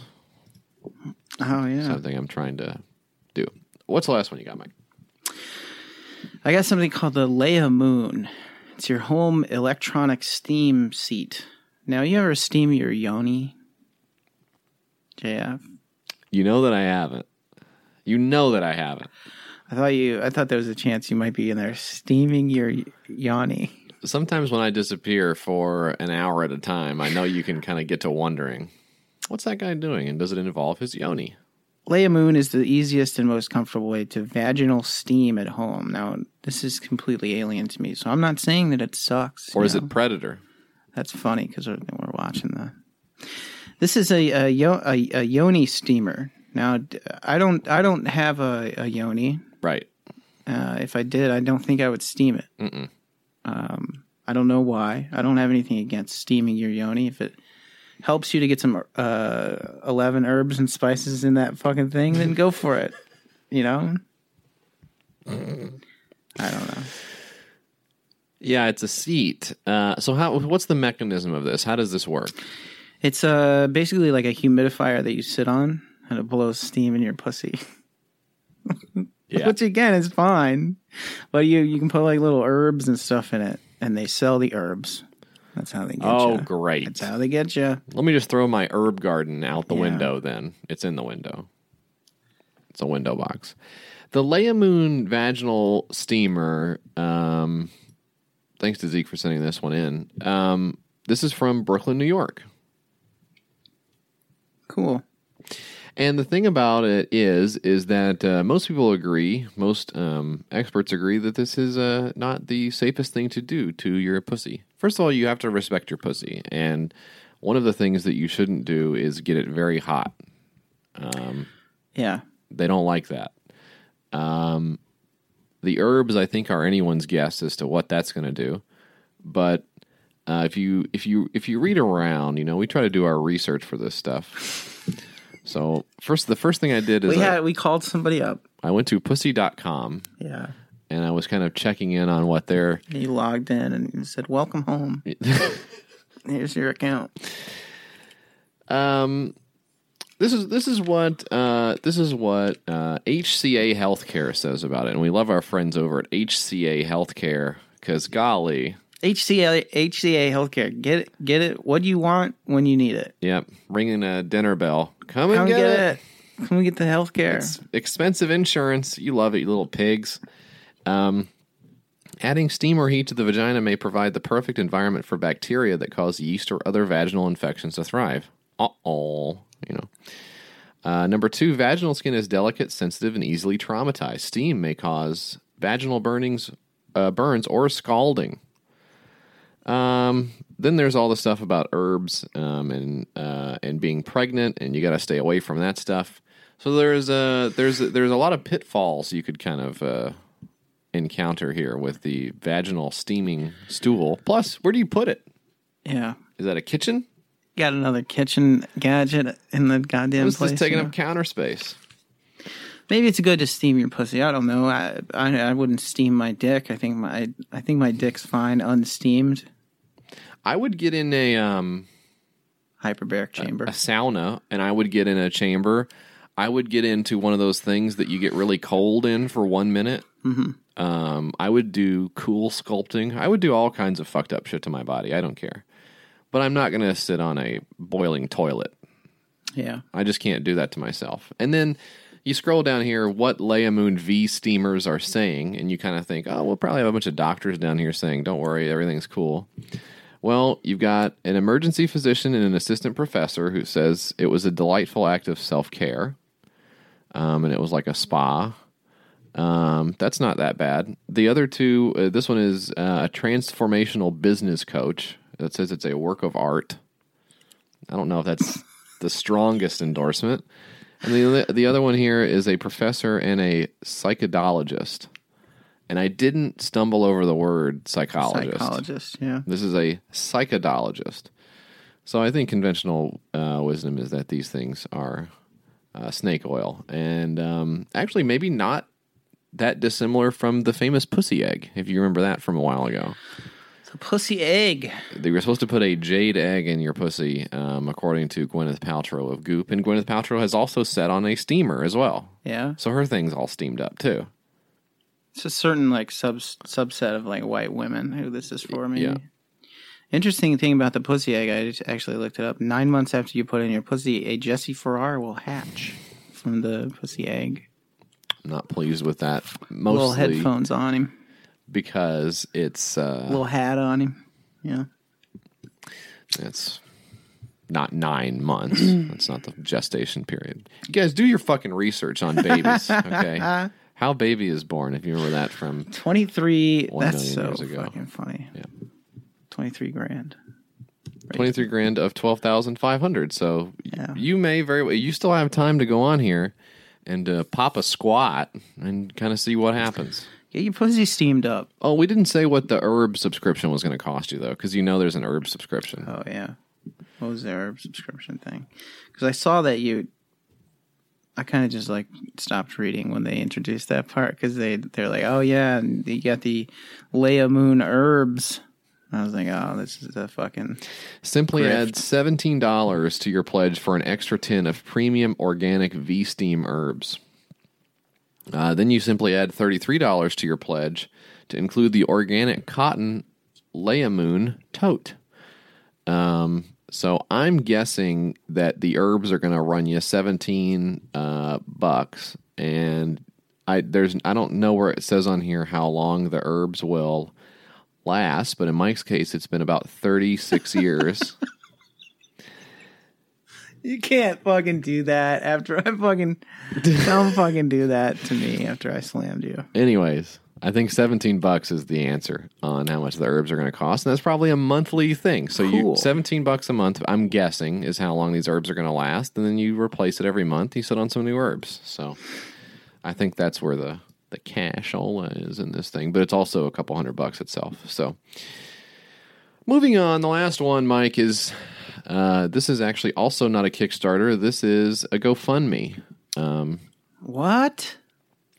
[SPEAKER 4] Oh yeah.
[SPEAKER 3] Something I'm trying to do. What's the last one you got, Mike?
[SPEAKER 4] I got something called the Leia Moon. It's your home electronic steam seat. Now, you ever steam your yoni? JF,
[SPEAKER 3] You know that I haven't. You know that I haven't.
[SPEAKER 4] I thought you. I thought there was a chance you might be in there steaming your yoni.
[SPEAKER 3] Sometimes when I disappear for an hour at a time, I know you can kind of get to wondering, what's that guy doing, and does it involve his yoni?
[SPEAKER 4] Leia Moon is the easiest and most comfortable way to vaginal steam at home. Now, this is completely alien to me, so I'm not saying that it sucks.
[SPEAKER 3] Or
[SPEAKER 4] you
[SPEAKER 3] is
[SPEAKER 4] know?
[SPEAKER 3] it predator?
[SPEAKER 4] That's funny because we're, we're watching the. This is a a, yo, a a yoni steamer. Now d- I don't I don't have a, a yoni.
[SPEAKER 3] Right.
[SPEAKER 4] Uh, if I did, I don't think I would steam it. Um, I don't know why. I don't have anything against steaming your yoni if it helps you to get some uh, eleven herbs and spices in that fucking thing. Then go
[SPEAKER 3] *laughs*
[SPEAKER 4] for it. You know. I don't know.
[SPEAKER 3] Yeah, it's a seat. Uh, so how? What's the mechanism of this? How does this work?
[SPEAKER 4] It's uh basically like a humidifier that you sit on and it blows steam in your pussy. *laughs* Which again is fine. But you you can put like little herbs and stuff in it and they sell the herbs. That's how they get
[SPEAKER 3] Oh,
[SPEAKER 4] you.
[SPEAKER 3] great.
[SPEAKER 4] That's how they get you.
[SPEAKER 3] Let me just throw my herb garden out the
[SPEAKER 4] Yeah.
[SPEAKER 3] window then. It's in the window. It's a window box. The Leia Moon vaginal steamer. Um, thanks to Zeke for sending this one in. Um, this is from Brooklyn, New York.
[SPEAKER 4] Cool.
[SPEAKER 3] And the thing about it is, is that uh, most people agree, most um, experts agree that this is uh, not the safest thing to do to your pussy. First of all, you have to respect your pussy, and one of the things that you shouldn't do is get it very hot.
[SPEAKER 4] Yeah.
[SPEAKER 3] They don't like that. Um, the herbs, I think, are anyone's guess as to what that's going to do. But uh, if you if you if you read around, you know, we try to do our research for this stuff. So first, the first thing I did is
[SPEAKER 4] We
[SPEAKER 3] I-
[SPEAKER 4] had we called somebody up.
[SPEAKER 3] I went to pussy.com
[SPEAKER 4] Yeah.
[SPEAKER 3] and I was kind of checking in on what their
[SPEAKER 4] He logged in and he said,
[SPEAKER 3] *laughs*
[SPEAKER 4] Welcome home. Here's your account.
[SPEAKER 3] um this is this is what uh this is what uh HCA Healthcare says about it. And we love our friends over at HCA Healthcare cuz golly,
[SPEAKER 4] HCA HCA healthcare. Get it get it what you want when you need it.
[SPEAKER 3] yep, ringing a dinner bell. Come and
[SPEAKER 4] Come
[SPEAKER 3] get, it.
[SPEAKER 4] it. Come get the healthcare.
[SPEAKER 3] It's expensive insurance. You love it, you little pigs. Um, adding steam or heat to the vagina may provide the perfect environment for bacteria that cause yeast or other vaginal infections to thrive. Uh oh, you know. Uh, number two, vaginal skin is delicate, sensitive, and easily traumatized. Steam may cause vaginal burnings, uh, burns, or scalding. Um, then there's all the stuff about herbs um, and uh, and being pregnant, and you got to stay away from that stuff. So there's a there's a, there's a lot of pitfalls you could kind of uh, encounter here with the vaginal steaming stool. Plus, where do you put it?
[SPEAKER 4] yeah.
[SPEAKER 3] Is that a kitchen?
[SPEAKER 4] got another kitchen gadget in the goddamn
[SPEAKER 3] This
[SPEAKER 4] place.
[SPEAKER 3] is taking
[SPEAKER 4] you know?
[SPEAKER 3] up counter space.
[SPEAKER 4] Maybe it's good to steam your pussy. I don't know. I, I I wouldn't steam my dick. I think my I think my dick's fine unsteamed.
[SPEAKER 3] I would get in a um,
[SPEAKER 4] Hyperbaric chamber.
[SPEAKER 3] Uh, a sauna and I would get in a chamber. I would get into one of those things that you get really cold in for one minute. Um, I would do cool sculpting. I would do all kinds of fucked up shit to my body. I don't care. but I'm not going to sit on a boiling toilet.
[SPEAKER 4] Yeah.
[SPEAKER 3] I just can't do that to myself. And then you scroll down here what Leia Moon V steamers are saying, and you kind of think, oh, we'll probably have a bunch of doctors down here saying, don't worry, everything's cool. Well, you've got an emergency physician and an assistant professor who says it was a delightful act of self care, um, and it was like a spa. Um, that's not that bad. The other two, uh, this one is uh, a transformational business coach that says it's a work of art. I don't know if that's the strongest endorsement. And the the other one here is a professor and a psychodologist. And I didn't stumble over the word psychologist.
[SPEAKER 4] Psychologist. Yeah.
[SPEAKER 3] This is a psychodologist. So I think conventional uh, wisdom is that these things are uh, snake oil, and um, actually maybe not that dissimilar from the famous pussy egg, if you remember that from a while ago
[SPEAKER 4] It's a pussy egg.
[SPEAKER 3] they were supposed to put a jade egg in your pussy, um, according to Gwyneth Paltrow of Goop, and Gwyneth Paltrow has also set on a steamer as well.
[SPEAKER 4] Yeah.
[SPEAKER 3] So her thing's all steamed up too.
[SPEAKER 4] It's a certain like sub subset of like white women who this is for maybe.
[SPEAKER 3] Yeah.
[SPEAKER 4] Interesting thing about the pussy egg, I just actually looked it up. Nine months after you put in your pussy, a Jesse Farrar will hatch from the pussy egg.
[SPEAKER 3] I'm not pleased with that,
[SPEAKER 4] Little
[SPEAKER 3] mostly
[SPEAKER 4] headphones on him,
[SPEAKER 3] because it's uh,
[SPEAKER 4] little hat on him. Yeah.
[SPEAKER 3] it's not nine *clears throat* months. That's not the gestation period. You guys do your fucking research on *laughs* babies, okay? How baby is born, if you remember that from
[SPEAKER 4] 23.
[SPEAKER 3] One
[SPEAKER 4] That's so
[SPEAKER 3] million years ago.
[SPEAKER 4] fucking funny. 23 grand.
[SPEAKER 3] 23 grand of 12,500. So y-
[SPEAKER 4] Yeah.
[SPEAKER 3] you may very well, you still have time to go on here and uh, pop a squat and kind of see what happens.
[SPEAKER 4] Get your pussy steamed up.
[SPEAKER 3] Oh, we didn't say what the herb subscription was going to cost you, though, because you know there's an herb subscription.
[SPEAKER 4] Oh, yeah. What was their subscription thing? Because I saw that you. I kind of just like stopped reading when they introduced that part because they they're like, oh yeah, and you got the Leia Moon herbs. I was like, oh, this is a fucking *laughs*
[SPEAKER 3] Simply
[SPEAKER 4] grift.
[SPEAKER 3] add $17 to your pledge for an extra tin of premium organic V Steam herbs. Uh, then you simply add $33 to your pledge to include the organic cotton Leamoon tote. Um, so I'm guessing that the herbs are going to run you 17 uh, bucks and I there's I don't know where it says on here how long the herbs will last, but in Mike's case it's been about 36 years.
[SPEAKER 4] You can't fucking do that after I fucking don't fucking do that to me after I slammed you.
[SPEAKER 3] Anyways, I think 17 bucks is the answer on how much the herbs are going to cost. And that's probably a monthly thing. So you
[SPEAKER 4] Cool.
[SPEAKER 3] 17 bucks a month, I'm guessing, is how long these herbs are going to last. And then you replace it every month. You sit on some new herbs. So I think that's where the, the cashola is in this thing. But it's also a couple hundred bucks itself. So moving on, the last one, Mike, is uh, this is actually also not a Kickstarter. This is a GoFundMe. Um,
[SPEAKER 4] What?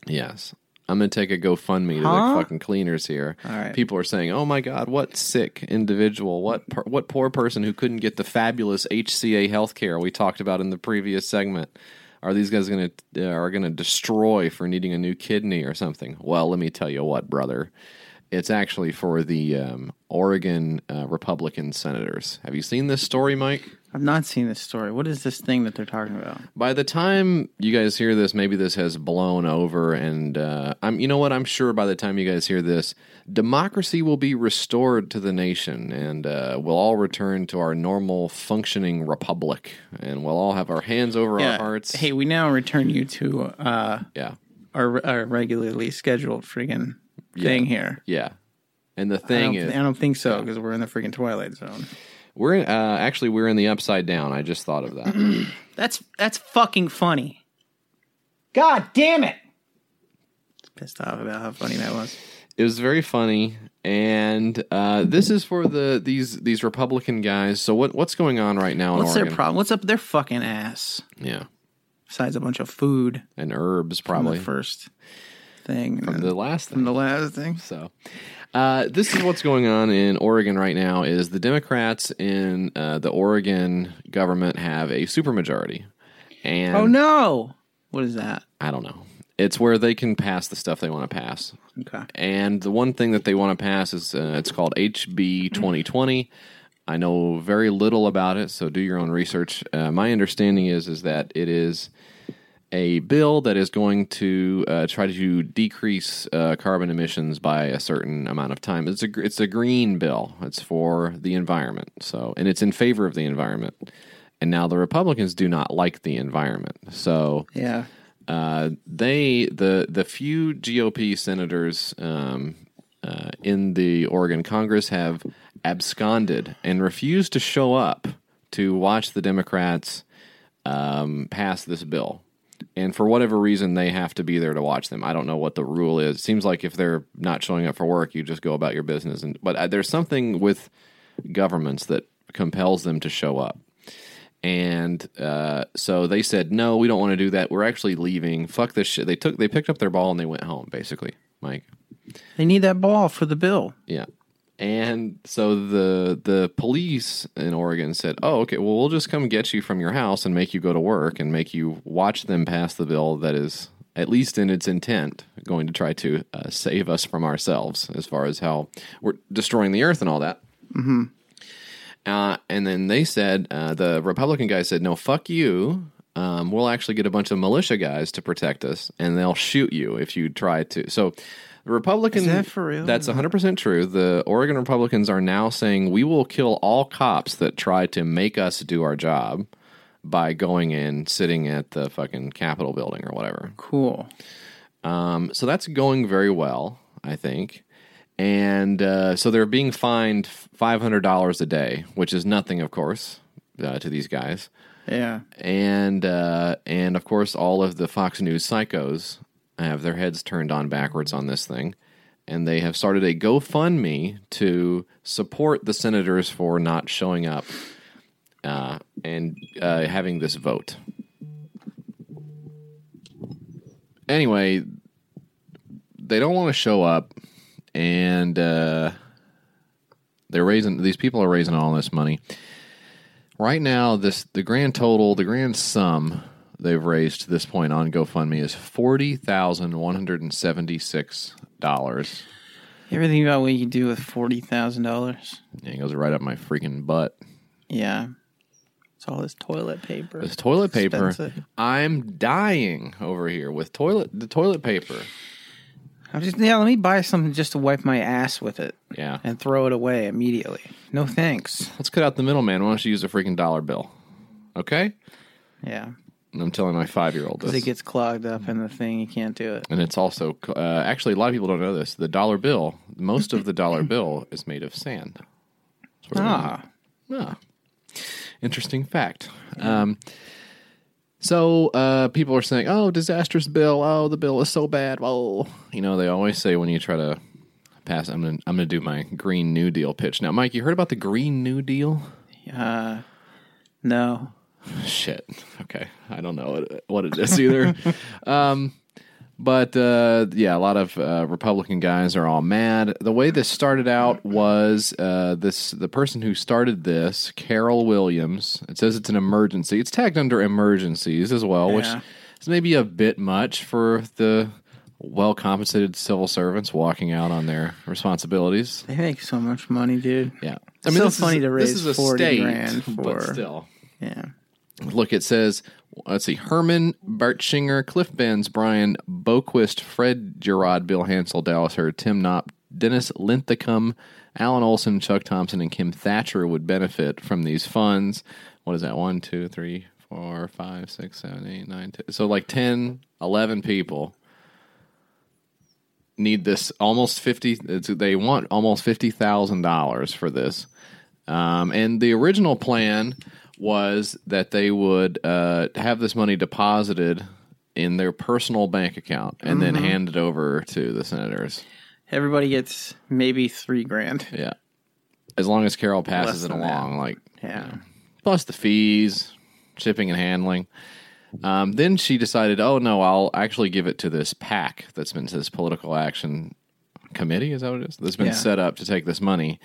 [SPEAKER 3] Yes. I'm going to take a GoFundMe to
[SPEAKER 4] Huh?
[SPEAKER 3] the fucking cleaners here.
[SPEAKER 4] All right.
[SPEAKER 3] People are saying, "Oh my God, what sick individual! What per- what poor person who couldn't get the fabulous HCA healthcare we talked about in the previous segment? Are these guys going to uh, are going to destroy for needing a new kidney or something?" Well, let me tell you what, brother. It's actually for the um, Oregon uh, Republican senators. Have you seen this story, Mike?
[SPEAKER 4] I've not seen this story. What is this thing that they're talking about?
[SPEAKER 3] By the time you guys hear this, maybe this has blown over, and uh, I'm, you know what? I'm sure by the time you guys hear this, democracy will be restored to the nation, and uh, we'll all return to our normal functioning republic, and we'll all have our hands over our hearts.
[SPEAKER 4] Hey, we now return you to uh,
[SPEAKER 3] yeah,
[SPEAKER 4] our our regularly scheduled friggin' thing here.
[SPEAKER 3] yeah. And the
[SPEAKER 4] I
[SPEAKER 3] thing
[SPEAKER 4] don't,
[SPEAKER 3] is,
[SPEAKER 4] I don't think so because we're in the friggin' twilight zone.
[SPEAKER 3] we're in, uh, actually we're in the upside down. I just thought of that. *clears throat*
[SPEAKER 4] That's that's fucking funny. God damn it! Pissed off about how funny that was.
[SPEAKER 3] it was very funny and uh, this is for the these these republican guys so what what's going on right now in
[SPEAKER 4] What's
[SPEAKER 3] oregon
[SPEAKER 4] their problem? What's up their fucking ass?
[SPEAKER 3] yeah
[SPEAKER 4] Besides a bunch of food.
[SPEAKER 3] and herbs
[SPEAKER 4] from
[SPEAKER 3] probably
[SPEAKER 4] the first thing and
[SPEAKER 3] from
[SPEAKER 4] then
[SPEAKER 3] the last thing.
[SPEAKER 4] from the last thing.
[SPEAKER 3] so, uh, this is what's going on in Oregon right now: is the Democrats in uh, the Oregon government have a supermajority, and
[SPEAKER 4] Oh no! What is that?
[SPEAKER 3] I don't know. It's where they can pass the stuff they want to pass.
[SPEAKER 4] Okay.
[SPEAKER 3] And the one thing that they want to pass is uh, it's called HB 2020. I know very little about it, so do your own research. Uh, my understanding is is that it is a bill that is going to uh, try to decrease uh, carbon emissions by a certain amount of time. It's a gr- it's a green bill. It's for the environment. So and it's in favor of the environment. And now the Republicans do not like the environment. So
[SPEAKER 4] Yeah.
[SPEAKER 3] uh, they the the few GOP senators um, uh, in the Oregon Congress have absconded and refused to show up to watch the Democrats um, pass this bill. And for whatever reason, they have to be there to watch them. I don't know what the rule is. It seems like if they're not showing up for work, you just go about your business. And but uh, there's something with governments that compels them to show up. And uh, so they said, "No, we don't want to do that. We're actually leaving. Fuck this shit." They took, they picked up their ball and they went home. Basically, Mike.
[SPEAKER 4] They need that ball for the bill.
[SPEAKER 3] Yeah. And so the the police in Oregon said, "Oh, okay. Well, we'll just come get you from your house and make you go to work and make you watch them pass the bill that is at least in its intent going to try to uh, save us from ourselves as far as how we're destroying the earth and all that." Uh, and then they said, uh, the Republican guy said, no, fuck you. Um, we'll actually get a bunch of militia guys to protect us, and they'll shoot you if you try to. So, the Republican.
[SPEAKER 4] Is that for real?
[SPEAKER 3] That's 100% true. The Oregon Republicans are now saying, we will kill all cops that try to make us do our job by going in, sitting at the fucking Capitol building or whatever.
[SPEAKER 4] Cool.
[SPEAKER 3] Um, so that's going very well, I think. And uh, so they're being fined $500 a day, which is nothing, of course, uh, to these guys.
[SPEAKER 4] Yeah.
[SPEAKER 3] And uh, and of course, all of the Fox News psychos have their heads turned on backwards on this thing, and they have started a GoFundMe to support the senators for not showing up uh, and uh, having this vote. Anyway, they don't want to show up, and uh, they're raising these people are raising all this money right now. This the grand total, the grand sum they've raised to this point on GoFundMe is forty thousand one hundred and seventy six dollars.
[SPEAKER 4] Everything about what you do with forty thousand dollars.
[SPEAKER 3] It goes right up my freaking butt.
[SPEAKER 4] Yeah. It's all this toilet paper.
[SPEAKER 3] This toilet paper.
[SPEAKER 4] Expensive.
[SPEAKER 3] I'm dying over here with toilet the toilet paper.
[SPEAKER 4] I'm just yeah. Let me buy something just to wipe my ass with it
[SPEAKER 3] Yeah,
[SPEAKER 4] and throw it away immediately. No thanks.
[SPEAKER 3] let's cut out the middleman. Why don't you use a freaking dollar bill? Okay,
[SPEAKER 4] Yeah,
[SPEAKER 3] and I'm telling my five year old
[SPEAKER 4] because
[SPEAKER 3] this.
[SPEAKER 4] it gets clogged up in the thing. You can't do it.
[SPEAKER 3] And it's also uh, actually a lot of people don't know this. The dollar bill, most of the
[SPEAKER 4] *laughs*
[SPEAKER 3] dollar bill is made of sand. That's where
[SPEAKER 4] Ah,
[SPEAKER 3] the- ah. interesting fact. Um, so uh, people are saying, "Oh, disastrous bill! Oh, the bill is so bad!" Oh, you know they always say when you try to pass. I'm gonna I'm gonna do my Green New Deal pitch now, Mike. You heard about the Green New Deal?
[SPEAKER 4] uh, no.
[SPEAKER 3] Shit. Okay. I don't know what, what it is
[SPEAKER 4] *laughs*
[SPEAKER 3] either. um, but uh, yeah, a lot of uh, Republican guys are all mad. The way this started out was uh, this the person who started this, Carol Williams. It says it's an emergency. It's tagged under emergencies as well, which
[SPEAKER 4] Yeah.
[SPEAKER 3] is maybe a bit much for the well compensated civil servants walking out on their responsibilities.
[SPEAKER 4] They make so much money, dude.
[SPEAKER 3] Yeah,
[SPEAKER 4] So
[SPEAKER 3] this is-
[SPEAKER 4] funny to
[SPEAKER 3] this
[SPEAKER 4] raise
[SPEAKER 3] is a
[SPEAKER 4] 40
[SPEAKER 3] state,
[SPEAKER 4] grand
[SPEAKER 3] but
[SPEAKER 4] for-
[SPEAKER 3] still.
[SPEAKER 4] Yeah,
[SPEAKER 3] Look, it says, let's see, Herman, Bart Schinger, Cliff Benz, Brian Boquist, Fred Gerard, Bill Hansel, Dallas Hurd, Tim Knopp, Dennis Linthicum, Alan Olson, Chuck Thompson, and Kim Thatcher would benefit from these funds. What is that? One, two, three, four, five, six, seven, eight, nine, ten. So like 10, 11 people need this almost 50 it's, they want almost $50,000 for this. Um, and the original plan was that they would uh, have this money deposited in their personal bank account and
[SPEAKER 4] Mm-hmm.
[SPEAKER 3] then hand it over to the senators.
[SPEAKER 4] everybody gets maybe three grand.
[SPEAKER 3] Yeah. As long as Carol passes
[SPEAKER 4] Less
[SPEAKER 3] it
[SPEAKER 4] than
[SPEAKER 3] along, like
[SPEAKER 4] Yeah,
[SPEAKER 3] plus the fees, shipping and handling. Um, then she decided, oh no, I'll actually give it to this PAC that's been this political action committee. Is that what it is? That's been
[SPEAKER 4] Yeah.
[SPEAKER 3] set up to take this money,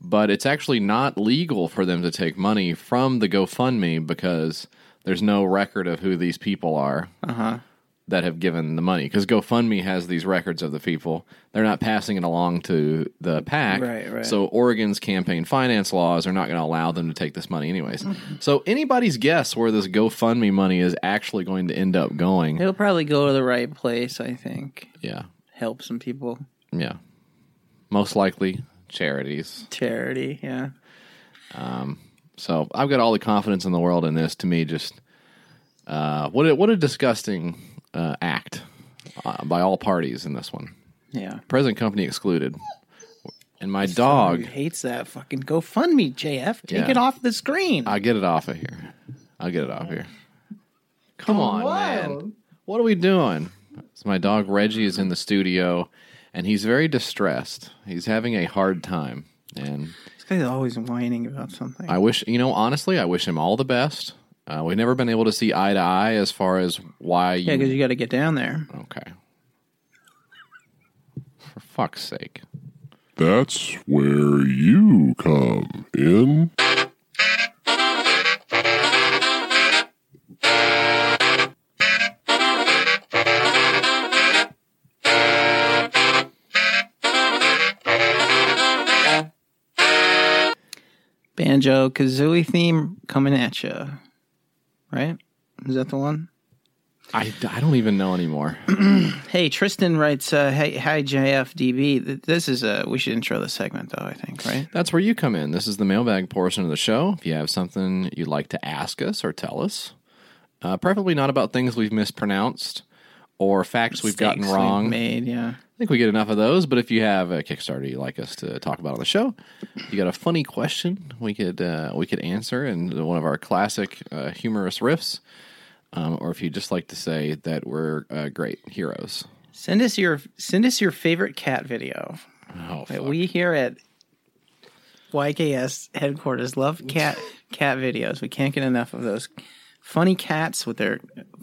[SPEAKER 3] but it's actually not legal for them to take money
[SPEAKER 4] Uh-huh.
[SPEAKER 3] from the GoFundMe because there's no record of who these people are. Uh huh. that have given the money because GoFundMe has these records of the people. They're not passing it along to the pack.
[SPEAKER 4] Right, right.
[SPEAKER 3] So Oregon's campaign finance laws are not going to allow them to take this money anyways. so anybody's guess where this GoFundMe money is actually going to end up going.
[SPEAKER 4] It'll probably go to the right place, I think.
[SPEAKER 3] Yeah.
[SPEAKER 4] Help some people.
[SPEAKER 3] Yeah. Most likely charities.
[SPEAKER 4] Charity, yeah.
[SPEAKER 3] So I've got all the confidence in the world in this. To me, just uh, what a, what a disgusting uh, act uh, by all parties in this one.
[SPEAKER 4] Yeah.
[SPEAKER 3] Present company excluded. And my dog,
[SPEAKER 4] Who hates that fucking GoFundMe, JF? Take
[SPEAKER 3] Yeah.
[SPEAKER 4] it off the screen.
[SPEAKER 3] I'll get it off of here. I'll get it off here. Come on, man. What are we doing? So my dog Reggie is in the studio, and he's very distressed. He's having a hard time, and
[SPEAKER 4] this guy's always whining about something.
[SPEAKER 3] I wish, you know, honestly, I wish him all the best. Uh, we've never been able to see eye to eye as far as why
[SPEAKER 4] yeah,
[SPEAKER 3] you.
[SPEAKER 4] because you got to get down there.
[SPEAKER 3] okay. For fuck's sake.
[SPEAKER 1] That's where you come in.
[SPEAKER 4] Banjo Kazooie theme coming at you. Right? Is that the one?
[SPEAKER 3] I, I don't even know anymore.
[SPEAKER 4] Hey, Tristan writes, uh, "Hey, hi JFDB. Th- This is a we should intro the segment though. I think right.
[SPEAKER 3] That's where you come in. This is the mailbag portion of the show. If you have something you'd like to ask us or tell us, uh, preferably not about things we've mispronounced or facts we've gotten
[SPEAKER 4] Mistakes
[SPEAKER 3] wrong.
[SPEAKER 4] made. Yeah,
[SPEAKER 3] I think we get enough of those. But if you have a Kickstarter you'd like us to talk about on the show, you got a funny question we could uh, we could answer in one of our classic uh, humorous riffs, um, or if you just like to say that we're uh, great heroes.
[SPEAKER 4] send us your send us your favorite cat video.
[SPEAKER 3] Oh,
[SPEAKER 4] that
[SPEAKER 3] fuck.
[SPEAKER 4] We here at YKS headquarters love *laughs* cat cat videos. We can't get enough of those funny cats with their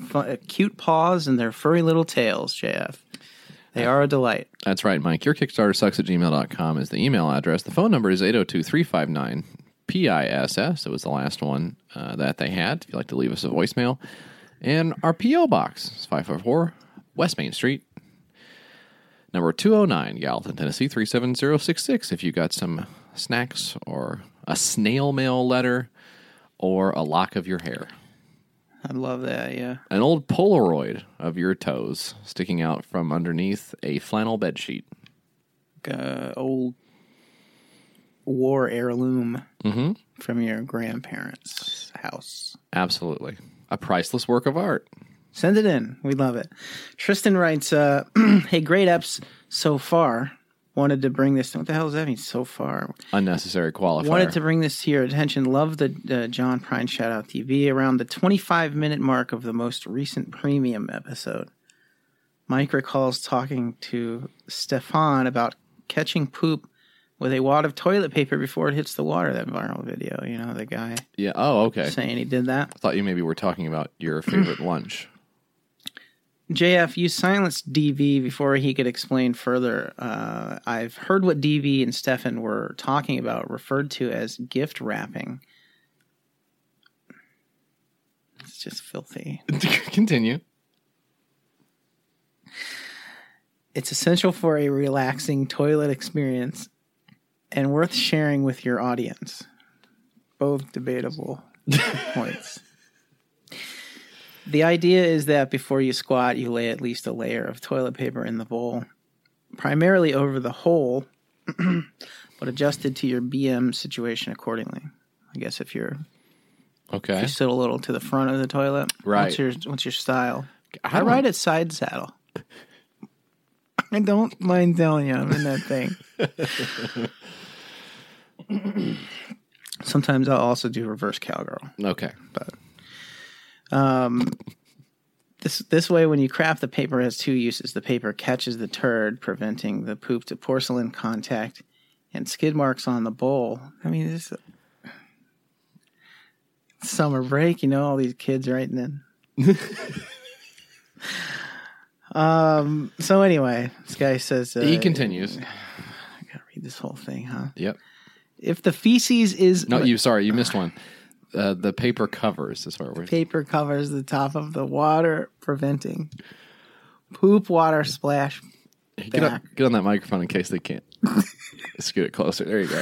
[SPEAKER 4] fun, cute paws and their furry little tails. JF, they are a delight.
[SPEAKER 3] That's right, Mike. Your Kickstarter sucks at gmail.com is the email address. The phone number is 802 359 PISS. It was the last one uh, that they had. If you'd like to leave us a voicemail. And our P.O. box is 554 West Main Street, number 209, Gallatin, Tennessee 37066. If you got some snacks or a snail mail letter or a lock of your hair,
[SPEAKER 4] I love that. Yeah,
[SPEAKER 3] an old Polaroid of your toes sticking out from underneath a flannel bed sheet.
[SPEAKER 4] uh, old war heirloom from your grandparents' house.
[SPEAKER 3] Absolutely. A priceless work of art.
[SPEAKER 4] Send it in. We love it. Tristan writes, uh, *clears throat* "Hey, great ups so far. Wanted to bring this. What the hell does that mean? So far.
[SPEAKER 3] Unnecessary qualifier.
[SPEAKER 4] Wanted to bring this to your attention. Love the uh, John Prine shout out TV around the 25 minute mark of the most recent premium episode. Mike recalls talking to Stefan about catching poop with a wad of toilet paper before it hits the water. That viral video, you know, the guy
[SPEAKER 3] yeah. Oh, okay.
[SPEAKER 4] saying he did that.
[SPEAKER 3] I thought you maybe were talking about your
[SPEAKER 4] *clears throat*
[SPEAKER 3] favorite lunch.
[SPEAKER 4] JF, you silenced DV before he could explain further. Uh, I've heard what DV and Stefan were talking about, referred to as gift wrapping. It's just filthy.
[SPEAKER 3] Continue.
[SPEAKER 4] It's essential for a relaxing toilet experience and worth sharing with your audience. Both debatable points. The idea is that before you squat, you lay at least a layer of toilet paper in the bowl, primarily over the hole, *clears throat* but adjusted to your BM situation accordingly. I guess if you're
[SPEAKER 3] Okay.
[SPEAKER 4] you sit a little to the front of the toilet,
[SPEAKER 3] Right.
[SPEAKER 4] What's your what's your style?
[SPEAKER 3] I
[SPEAKER 4] I,
[SPEAKER 3] don't-
[SPEAKER 4] ride it side saddle. I don't mind telling you, I'm in that thing. Sometimes I'll also do reverse cowgirl.
[SPEAKER 3] Okay.
[SPEAKER 4] This this way, when you crap, the paper has two uses. The paper catches the turd, preventing the poop to porcelain contact, and skid marks on the bowl. I mean, this summer break, you know, all these kids writing in. um. So anyway, this guy says uh,
[SPEAKER 3] he continues.
[SPEAKER 4] gotta read this whole thing, huh?
[SPEAKER 3] Yep.
[SPEAKER 4] If the feces is
[SPEAKER 3] No, you. Sorry, you missed one. Uh, the paper covers is where we're.
[SPEAKER 4] paper covers the top of the water, preventing Poop water splash.
[SPEAKER 3] Get,
[SPEAKER 4] back.
[SPEAKER 3] on, get on that microphone in case they
[SPEAKER 4] *laughs*
[SPEAKER 3] can't. Scoot it closer. There you go.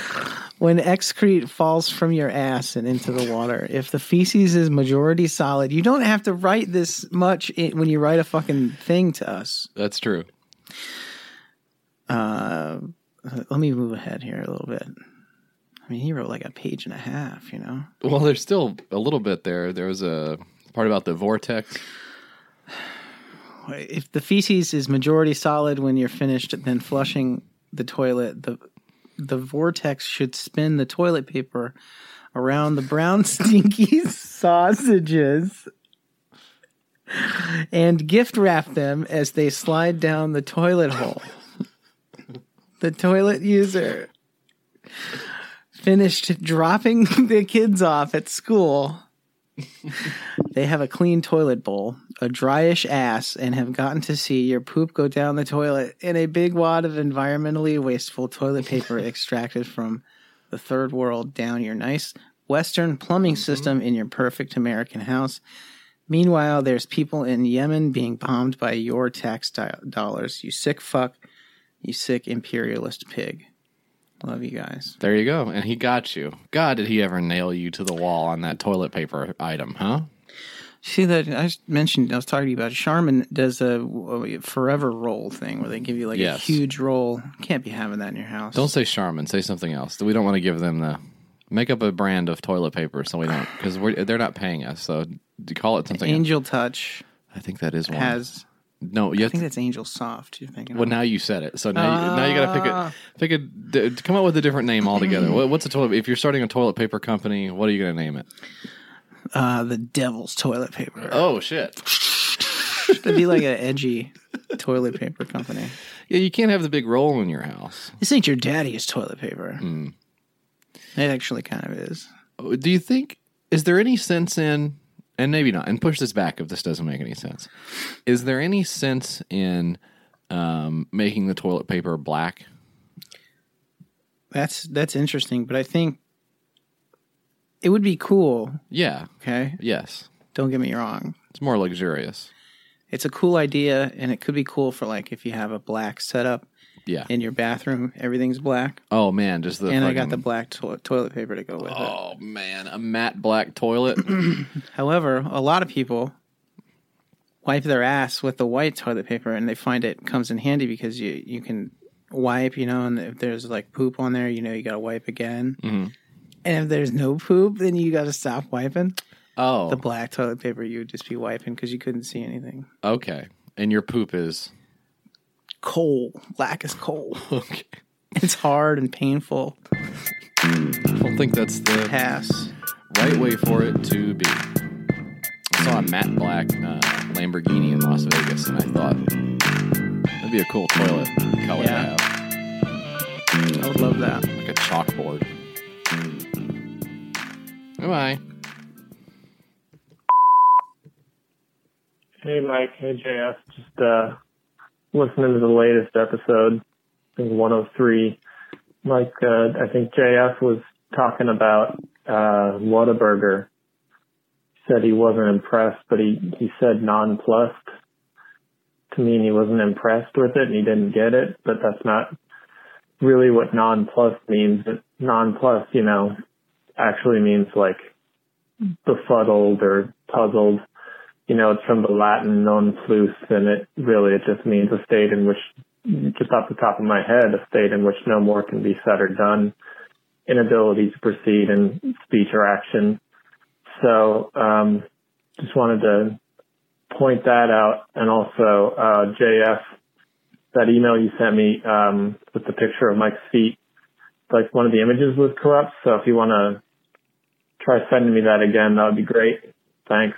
[SPEAKER 4] When excrete falls from your ass and into the water, if the feces is majority solid, you don't have to write this much i when you write a fucking thing to us.
[SPEAKER 3] That's true.
[SPEAKER 4] Let me move ahead here a little bit. I mean, he wrote like a page and a half, you know?
[SPEAKER 3] Well, there's still a little bit there. There was a part about the vortex.
[SPEAKER 4] If the feces is majority solid when you're finished, then flushing the toilet, the the vortex should spin the toilet paper around the brown *laughs* stinky sausages and gift wrap them as they slide down the toilet hole. the toilet user finished dropping *laughs* the kids off at school. They have a clean toilet bowl, a dryish ass, and have gotten to see your poop go down the toilet in a big wad of environmentally wasteful toilet paper extracted from the third world down your nice Western plumbing system in your perfect American house. Meanwhile, there's people in Yemen being bombed by your tax di- dollars. You sick fuck. You sick imperialist pig. Love you guys.
[SPEAKER 3] There you go. And he got you. God, did he ever nail you to the wall on that toilet paper item, huh?
[SPEAKER 4] See that I just mentioned I was talking to you about Charmin does a, a forever roll thing where they give you like
[SPEAKER 3] Yes.
[SPEAKER 4] a huge roll. Can't be having that in your house.
[SPEAKER 3] Don't say Charmin. Say something else. We don't want to give them the. Make up a brand of toilet paper so we don't. Because they're not paying us. So d- call it something.
[SPEAKER 4] Angel Touch
[SPEAKER 3] I think that is one.
[SPEAKER 4] has
[SPEAKER 3] no, you
[SPEAKER 4] I
[SPEAKER 3] have
[SPEAKER 4] think
[SPEAKER 3] to,
[SPEAKER 4] that's Angel Soft. You're thinking
[SPEAKER 3] Well,
[SPEAKER 4] of.
[SPEAKER 3] now you said it. So now, you, now you got
[SPEAKER 4] Ah.
[SPEAKER 3] to pick a. Pick a. d- Come up with a different name
[SPEAKER 4] *clears throat*
[SPEAKER 3] altogether. What- What's a toilet. If you're starting a toilet paper company, what are you going to name it?
[SPEAKER 4] uh, the Devil's toilet paper.
[SPEAKER 3] Oh, shit.
[SPEAKER 4] It'd be like an
[SPEAKER 3] *laughs*
[SPEAKER 4] edgy toilet paper company.
[SPEAKER 3] Yeah, you can't have the big roll in your house.
[SPEAKER 4] This ain't your daddy's toilet paper.
[SPEAKER 3] Hmm.
[SPEAKER 4] It actually kind of is.
[SPEAKER 3] do you think is there any sense in and maybe not and push this back if this doesn't make any sense is there any sense in um, making the toilet paper black
[SPEAKER 4] That's that's interesting, but I think it would be cool.
[SPEAKER 3] yeah
[SPEAKER 4] Okay,
[SPEAKER 3] yes
[SPEAKER 4] don't get me wrong.
[SPEAKER 3] it's more luxurious
[SPEAKER 4] it's a cool idea and it could be cool for like if you have a black setup
[SPEAKER 3] yeah
[SPEAKER 4] in your bathroom everything's black
[SPEAKER 3] oh man just the
[SPEAKER 4] and i got the
[SPEAKER 3] fucking-
[SPEAKER 4] black to- toilet paper to go with it
[SPEAKER 3] oh man a matte black
[SPEAKER 4] *clears throat*
[SPEAKER 3] toilet
[SPEAKER 4] however a lot of people wipe their ass with the white toilet paper and they find it comes in handy because you you can wipe you know and if there's like poop on there you know you gotta wipe again
[SPEAKER 3] Mm-hmm.
[SPEAKER 4] and if there's no poop then you gotta stop wiping
[SPEAKER 3] oh
[SPEAKER 4] the black toilet paper you would just be wiping because you couldn't see anything
[SPEAKER 3] okay and your poop is *laughs*
[SPEAKER 4] coal black is coal
[SPEAKER 3] okay
[SPEAKER 4] *laughs* it's hard and painful
[SPEAKER 3] i don't think that's the
[SPEAKER 4] pass
[SPEAKER 3] right way for it to be. I saw a matte black uh, Lamborghini in Las Vegas, and I thought that'd be a cool toilet color
[SPEAKER 4] Yeah.
[SPEAKER 3] to have,
[SPEAKER 4] I would love that.
[SPEAKER 3] like a chalkboard. Bye bye.
[SPEAKER 10] Hey, Mike. Hey, JS. Just uh, listening to the latest episode, I think 103. Mike, uh, I think JS was talking about uh, Whataburger. Said he wasn't impressed, but he, he said nonplussed to mean he wasn't impressed with it and he didn't get it, but that's not really what nonplussed means. It, nonplussed, you know, actually means like befuddled or puzzled you know, it's from the Latin non plus, and it really it just means a state in which, just off the top of my head, a state in which no more can be said or done, inability to proceed in speech or action. So, um, just wanted to point that out, and also uh, JF, that email you sent me um, with the picture of Mike's feet, like one of the images was corrupt. So if you want to try sending me that again, that would be great. Thanks.